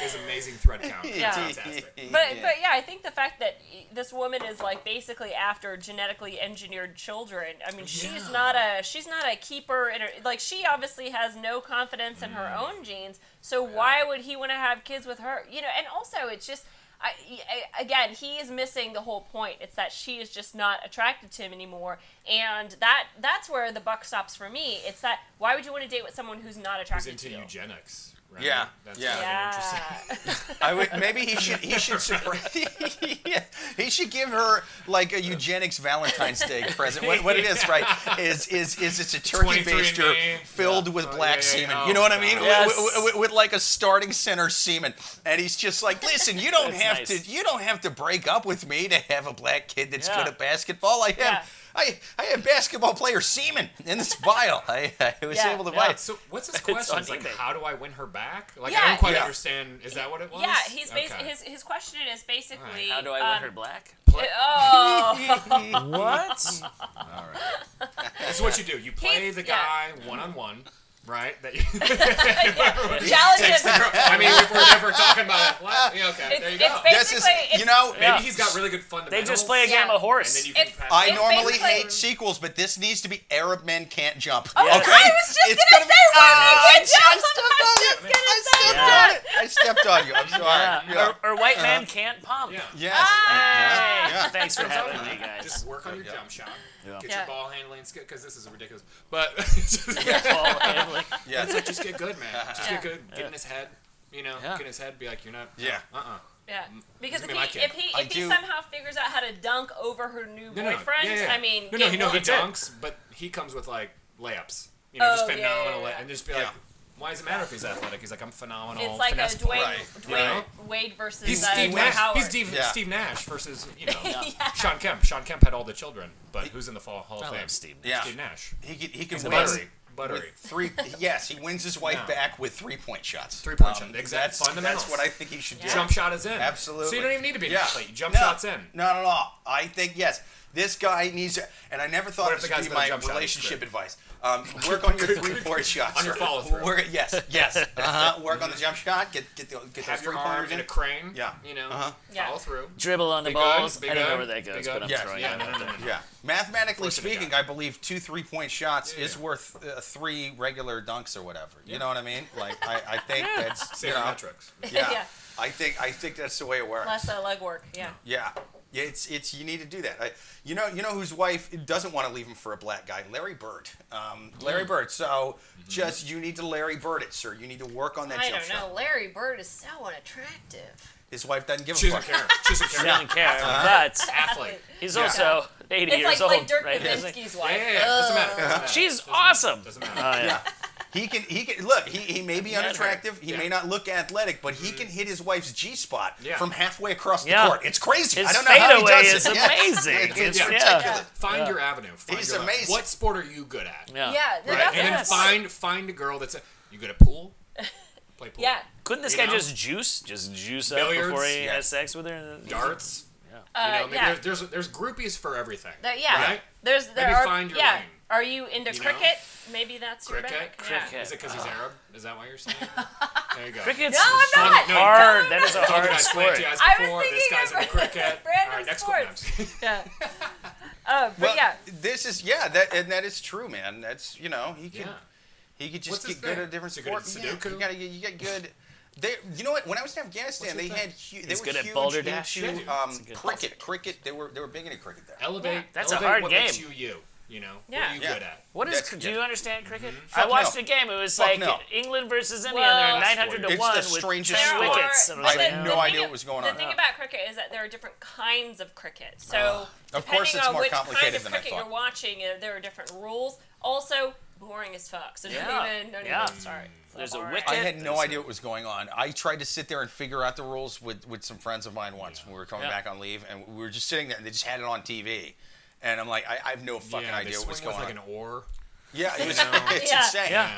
S3: His amazing thread count.
S4: Yeah.
S3: It's fantastic.
S4: But but yeah, I think the fact that this woman is like basically after genetically engineered children. I mean, she's
S3: Yeah.
S4: not a she's not a keeper in her like she obviously has no confidence in her own genes. So why would he want to have kids with her? You know, and also it's just I, I- again, he is missing the whole point. It's that she is just not attracted to him anymore, and that that's where the buck stops for me. It's that why would you want to date with someone who's not
S3: He's
S4: attracted
S3: into
S4: to you?
S3: eugenics. Right?
S2: Yeah,
S3: That's
S2: yeah.
S3: kinda interesting.
S4: Yeah.
S2: I would maybe he should he should surprise, he should give her like a eugenics Valentine's Day present. What, what it is, right? Is is is it's a turkey
S3: 23andMe.
S2: baster filled
S3: Yeah.
S2: with
S3: Oh,
S2: black
S3: yeah, yeah,
S2: semen.
S3: yeah.
S2: You know what I
S3: Oh,
S2: mean?
S3: God.
S2: Wi-
S5: Yes.
S2: wi- wi- With, like a starting center semen, and he's just like, listen, you don't
S5: That's
S2: have
S5: nice.
S2: to you don't have to break up with me to have a black kid that's
S5: Yeah.
S2: good at basketball. I have.
S4: Yeah.
S2: I, I have basketball player semen in this vial. I, I was
S4: Yeah.
S2: able to
S5: Yeah.
S2: buy it.
S3: So what's his question?
S5: on
S3: It's like,
S5: eBay.
S3: how do I win her back? Like,
S4: Yeah,
S3: I don't quite
S2: yeah.
S3: understand. Is that what it was?
S4: Yeah, he's basi-
S3: Okay.
S4: his his question is basically
S5: How do I win
S4: um,
S5: her black?
S4: Oh,
S5: What?
S3: That's what you do. You play
S4: He's-
S3: the guy
S4: yeah.
S3: one on one, right? That you,
S4: challenge is
S3: I mean, if we're, if we're talking about athletic, yeah, okay, there you
S4: It's,
S3: go.
S4: it's
S2: This is
S4: basically it's,
S2: you know
S5: Yeah.
S3: Maybe he's got really good fundamentals.
S5: They just play a game
S4: Yeah.
S5: of horse.
S3: And then you can
S4: It's-
S3: pass
S2: I
S3: it.
S4: It's
S2: normally
S4: basically-
S2: hate sequels, but this needs to be Arab men can't jump.
S4: Oh,
S2: okay?
S4: I was just
S2: It's
S4: gonna
S2: be-
S4: say, women
S2: Ah,
S4: can
S2: I just
S4: jump!
S2: stepped
S4: I was
S2: on
S4: just
S2: it.
S4: gonna
S2: I
S4: say
S2: stepped
S4: that.
S2: on it. I stepped on you. I'm sorry. Yeah.
S5: Or, or white man can't pump.
S3: Uh-huh. Yeah.
S2: Yes.
S4: Ah!
S2: Yeah. Yeah.
S5: Thanks for having me, guys.
S3: Just work on your
S2: Yeah.
S3: jump shot. Get
S4: Yeah.
S3: your ball handling skill because this is ridiculous. But
S5: Ball handling.
S2: Yeah.
S3: It's like, just get good, man. Just
S4: Yeah.
S3: get good. Get in his head. You know,
S5: Yeah.
S3: get in his head. Be like, you're not.
S2: Yeah.
S3: Uh. uh
S4: Yeah, because
S3: I
S4: if
S3: mean, I
S4: he,
S3: can't-
S4: if he
S2: I
S4: if he
S2: do-
S4: somehow figures out how to dunk over her new
S3: No, no.
S4: boyfriend,
S3: yeah, yeah.
S4: I mean,
S3: no, no.
S4: game
S3: He know he
S4: one. Yeah.
S3: dunks, but he comes with like layups. You know, just
S4: Oh, yeah, yeah,
S3: phenomenal
S4: yeah.
S3: lay- and just be
S2: Yeah.
S3: like, why does it matter if he's athletic? He's like, I'm phenomenal.
S4: It's like a
S3: finesse
S4: Dwayne,
S3: player."
S2: Right,
S4: Dwayne Wade versus
S3: He's
S4: uh,
S3: Steve
S4: Dwight
S3: Nash.
S4: Howard.
S3: He's Steve,
S2: Yeah.
S3: Steve Nash versus you know
S4: Yeah.
S3: Sean Kemp. Sean Kemp had all the children, but who's in the fall Hall
S5: I
S3: of Fame?
S5: love Steve.
S2: Yeah.
S3: Steve Nash.
S2: He can, he can
S3: The
S2: win
S3: buttery,
S2: with
S3: buttery.
S2: three. Yes, he wins his wife
S3: Yeah.
S2: back with three point shots. Um,
S3: Three-point shot. Exact
S2: That's,
S3: fundamentals.
S2: that's what I think he should do.
S4: Yeah.
S3: Jump shot is in.
S2: Absolutely.
S3: So you don't even need to be an
S2: Yeah.
S3: athlete. You Jump
S2: No,
S3: shots in.
S2: Not at all. I think yes. This guy needs, to- and I never thought
S3: What if
S2: this
S3: the
S2: would
S3: guy's
S2: be
S3: got a
S2: my
S3: jump shot?
S2: relationship advice. Um, work on your three-point shots.
S3: On your follow-through.
S2: Work- yes, yes. Uh-huh. Work on the jump shot. Get get the get those
S3: Have your
S2: three
S3: arm
S2: pointers
S3: in
S2: in.
S3: a crane.
S2: Yeah.
S3: You know.
S2: Uh-huh.
S4: Yeah.
S3: Follow through.
S5: Dribble on the
S3: Big
S5: balls.
S3: guns, big
S5: I don't know where
S3: guns,
S5: that
S3: big
S5: goes, but I'm
S3: guns.
S2: Yes,
S5: throwing
S3: yeah,
S5: it
S3: no,
S5: out
S3: no,
S5: there.
S3: no, no.
S2: Yeah. Mathematically
S3: Force it
S2: speaking,
S3: again.
S2: I believe two three-point shots
S3: Yeah,
S2: is
S3: yeah.
S2: worth uh, three regular dunks or whatever. You know what I mean? Like I, I think that's you know,
S3: Sabermetrics.
S2: Yeah.
S4: Yeah.
S2: I think I think that's the way it works.
S4: Less uh, leg work. Yeah.
S2: Yeah. Yeah, it's it's you need to do that. I, you know, you know whose wife doesn't want to leave him for a black guy, Larry Bird. Um,
S5: Hmm.
S2: Larry Bird. So
S5: Mm-hmm.
S2: just you need to Larry Bird it, sir. You need to work on that
S4: I
S2: jump
S4: don't know.
S2: shot.
S4: Larry Bird is so unattractive.
S2: His wife doesn't give
S3: She
S2: a
S3: doesn't
S2: fuck.
S3: care. She doesn't care.
S5: She doesn't care. But
S3: Athlete.
S5: he's
S3: Uh-huh. Yeah.
S5: also 80
S4: It's
S5: years
S4: like, like
S5: old.
S4: Dirk
S5: right?
S4: Nowitzki's
S3: Yeah,
S4: wife.
S3: yeah, yeah. Doesn't matter. Doesn't matter.
S5: She's
S3: Doesn't matter.
S5: awesome.
S3: Doesn't
S5: Oh,
S3: matter.
S5: yeah.
S2: He can he can look, he, he may be
S5: her.
S2: unattractive, he may
S3: Yeah.
S2: not look athletic, but he can hit his wife's G spot
S3: Yeah.
S2: from halfway across the
S5: Mm-hmm. Yeah.
S2: court. It's crazy.
S5: His
S2: I don't know how he
S5: fadeaway
S2: does
S5: is
S2: it. Yeah.
S5: amazing.
S2: It's,
S5: It's- yeah.
S2: ridiculous.
S3: Find your avenue. Find
S2: He's
S3: your lane.
S2: amazing.
S3: What sport are you good at?
S5: Uh, Yeah.
S4: Yeah,
S3: Right.
S4: that's
S3: And then
S5: Yes.
S3: find find a girl that's a, you good at pool. Play pool.
S4: yeah.
S5: Couldn't this
S3: You
S5: guy
S3: know?
S5: just juice? Just juice up
S3: Billiards,
S5: before he
S2: yeah.
S5: has sex with her?
S3: Darts.
S4: Uh,
S3: You know, maybe
S4: yeah.
S3: there's, there's there's groupies for everything.
S4: There- yeah.
S3: Right?
S4: There's there
S3: Maybe
S4: are
S3: find your
S4: yeah.
S3: lane.
S4: Are you into
S3: You know?
S4: cricket? Maybe that's your
S3: Cricket?
S4: bag.
S5: Cricket.
S4: Yeah.
S3: Is it because
S4: Uh-huh.
S3: he's Arab? Is that why you're saying? there you go.
S5: Cricket's
S4: No, I'm
S5: fucking
S4: not.
S3: No,
S5: hard. That is a
S3: Talking
S5: hard
S3: about
S5: sport.
S3: slanty eyes
S4: I was
S3: before. this
S4: thinking
S3: guy's
S4: of
S3: into cricket.
S4: random
S3: All right, next
S4: sports.
S3: one.
S4: Yeah. Uh, but
S2: Well,
S4: yeah.
S2: this is yeah, that and that is true, man. That's you know, he can
S3: yeah.
S2: He could
S3: What's
S2: just
S3: his
S2: get good
S3: thing?
S2: at a different
S3: Is he good at
S2: sport. Yeah,
S3: Sudoku?
S2: you gotta get you get good. They, you know what? When I was in Afghanistan,
S3: What's
S2: they
S3: your
S2: had
S3: thing?
S2: hu- they
S5: He's
S2: were
S5: good at
S2: huge
S5: Boulder
S2: into,
S5: Dash.
S3: Yeah, dude.
S2: um,
S5: It's a good
S2: cricket. Cricket. They were they were big into cricket there.
S3: Elevate.
S5: That's a
S3: elevate
S5: hard
S3: what
S5: game.
S3: Makes you you. You know. What
S4: Yeah.
S3: are you
S2: Yeah.
S3: good at?
S5: What is?
S2: That's-
S5: Do
S2: yeah.
S5: you understand cricket?
S2: Fuck
S5: I watched
S2: no.
S5: a game. It was
S2: Fuck
S5: like
S2: no.
S5: England versus India,
S4: Well,
S5: and they're 900 to
S2: It's the
S5: one with
S2: strangest
S5: 10
S2: sport.
S5: wickets. And I was
S2: I
S4: the-
S5: like,
S2: had
S4: the
S2: no
S4: thing
S2: idea
S4: ab-
S2: what was going
S4: the
S2: on.
S4: thing about cricket is that there are different kinds of cricket. So,
S2: Of
S4: of
S2: course
S4: depending
S2: it's
S4: on
S2: more
S4: which kind
S2: complicated
S4: of
S2: than I
S4: cricket
S2: thought.
S4: you're watching, uh, there are different rules. Also, boring as fuck. So don't
S5: Yeah.
S4: even don't
S5: Yeah.
S4: even start. It's
S5: There's a
S4: boring.
S5: wicket.
S2: I had
S5: Yeah,
S2: no
S5: that's
S2: idea what was going on. I tried to sit there and figure out the rules with, with some friends of mine once when we were coming
S5: Yeah.
S2: back on leave, and we were just sitting there, and they just had it on TV. And I'm like, I, I have no fucking
S3: yeah,
S2: idea
S3: they
S2: what was
S3: swing
S2: going
S3: with
S2: on.
S3: like an oar.
S2: yeah, it was,
S3: know?
S2: it's
S4: Yeah.
S2: insane.
S5: Yeah.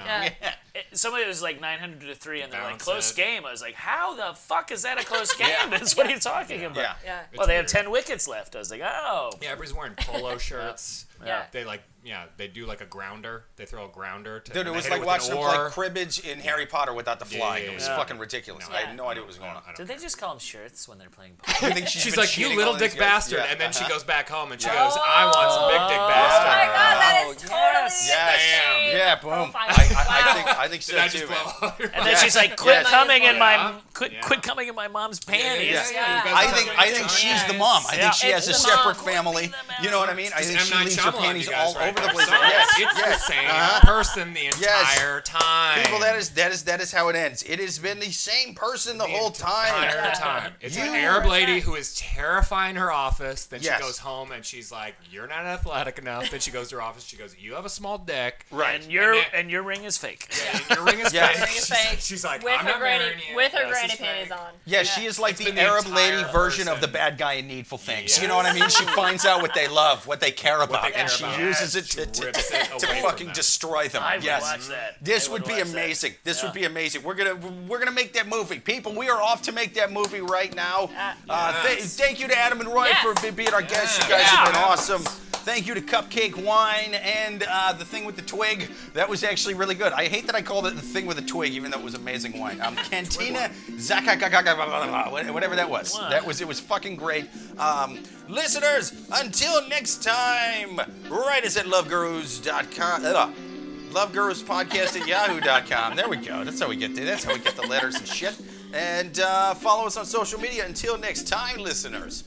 S4: Yeah.
S5: it- somebody was like 900 to three, and they're like
S3: Bounce
S5: close
S3: it.
S5: game. I was like, how the fuck is that a close game? That's what are you talking about?
S2: Yeah.
S4: Yeah.
S5: Well, they have
S3: It's
S5: 10 wickets left. I was like, oh.
S3: Yeah, everybody's wearing polo shirts.
S4: Yeah.
S3: They like, yeah, they do like a grounder. They throw a grounder. To,
S2: Dude,
S3: and
S2: it
S3: they
S2: was
S3: hit
S2: like
S3: with an
S2: watching them play
S3: oar.
S2: cribbage in Harry Potter without the
S3: Yeah,
S2: flying.
S3: yeah,
S2: It was
S3: yeah.
S2: fucking ridiculous. I had no idea what was going on.
S3: I don't-
S5: Did they just call them shirts when they're playing poker?
S2: I think she's
S3: She's
S2: been
S3: like, you
S2: cheating
S3: little
S2: on these
S3: dick
S2: guys."
S3: bastard.
S2: Yeah.
S3: And then she
S2: Uh-huh.
S3: goes back home and she goes, I want some big dick bastard.
S4: Oh my god, that is
S5: Oh,
S4: totally
S5: yes.
S2: Yes.
S4: the
S2: uh, Yeah, boom.
S4: profile.
S2: I, I, I
S4: Wow.
S2: think I think so
S3: Did I
S2: too.
S3: just
S2: man.
S3: blow all your
S5: And then she's like, quit
S2: Yeah.
S5: coming in my
S3: Yeah.
S5: quit
S3: Yeah.
S5: quit coming in my mom's panties.
S3: Yeah, yeah, yeah. You
S4: Yeah.
S3: guys
S2: I
S3: are
S2: think
S3: doing
S2: I
S3: it.
S2: think
S3: Yeah.
S2: she's the mom. I
S5: Yeah.
S2: think she has a
S4: It's the
S2: separate
S4: mom.
S2: family. You know what I mean? I
S3: It's
S2: think
S3: M.
S2: she
S3: Night
S2: leaves her
S3: Shyamalan,
S2: panties
S3: you guys,
S2: all
S3: right?
S2: over the
S3: I'm
S2: place.
S3: sorry.
S2: Yes,
S3: It's
S2: yes.
S3: the same
S2: Uh-huh.
S3: person the
S2: Yes.
S3: entire time.
S2: People, that is that is that is how it ends. It has been the same person the, whole time.
S3: entire time. It's an
S2: You-
S3: Arab lady who is terrifying her office. Then
S2: Yes.
S3: she goes home and she's like, "You're not athletic enough." Then she goes to her office. She goes, "You have a small dick."
S2: Right.
S5: And your
S3: And
S5: and,
S3: then-
S5: your ring is fake.
S3: And your ring is
S2: Yeah.
S3: fake.
S2: Ring
S4: is
S3: She's like-
S4: fake.
S3: She's like,
S4: with
S3: "I'm
S4: her
S3: not
S4: granny
S3: marrying you."
S4: with her
S3: This
S4: granny
S3: is
S4: panties
S3: fake.
S4: on.
S2: Yeah, she is like the,
S3: been the
S2: Arab
S3: entire
S2: lady version of the
S3: person.
S2: bad guy in Needful Things. You
S3: Yes.
S2: know what I mean? She finds out what they love, what they care about,
S3: they
S2: and
S3: care
S2: she
S3: about.
S2: uses it
S3: Yes,
S2: to,
S3: she
S2: to,
S3: rips it
S2: to
S3: away from
S2: fucking
S3: them.
S2: destroy them.
S5: I would
S2: yes.
S5: watch that.
S2: This
S5: I
S2: would be
S5: watch that.
S2: amazing. This
S5: Yeah.
S2: would be amazing. We're gonna we're gonna make that movie, people. We are off to make that movie right now. Uh, th-
S3: Yes.
S2: thank you to Adam and Roy
S4: Yes.
S2: for be- being our guests. You guys have been awesome. Thank you to Cupcake Wine and uh, the thing with the twig. That was actually really good. I hate that I called it the thing with the twig, even though it was amazing wine. Um, Cantina Zaka whatever that was. That was it was fucking great. Um, listeners, until next time, write us at lovegurus.com. Uh, Love Gurus Podcast at yahoo.com. There we go. That's how we get there. That's how we get the letters and shit. And uh, follow us on social media. Until next time, listeners,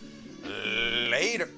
S2: later.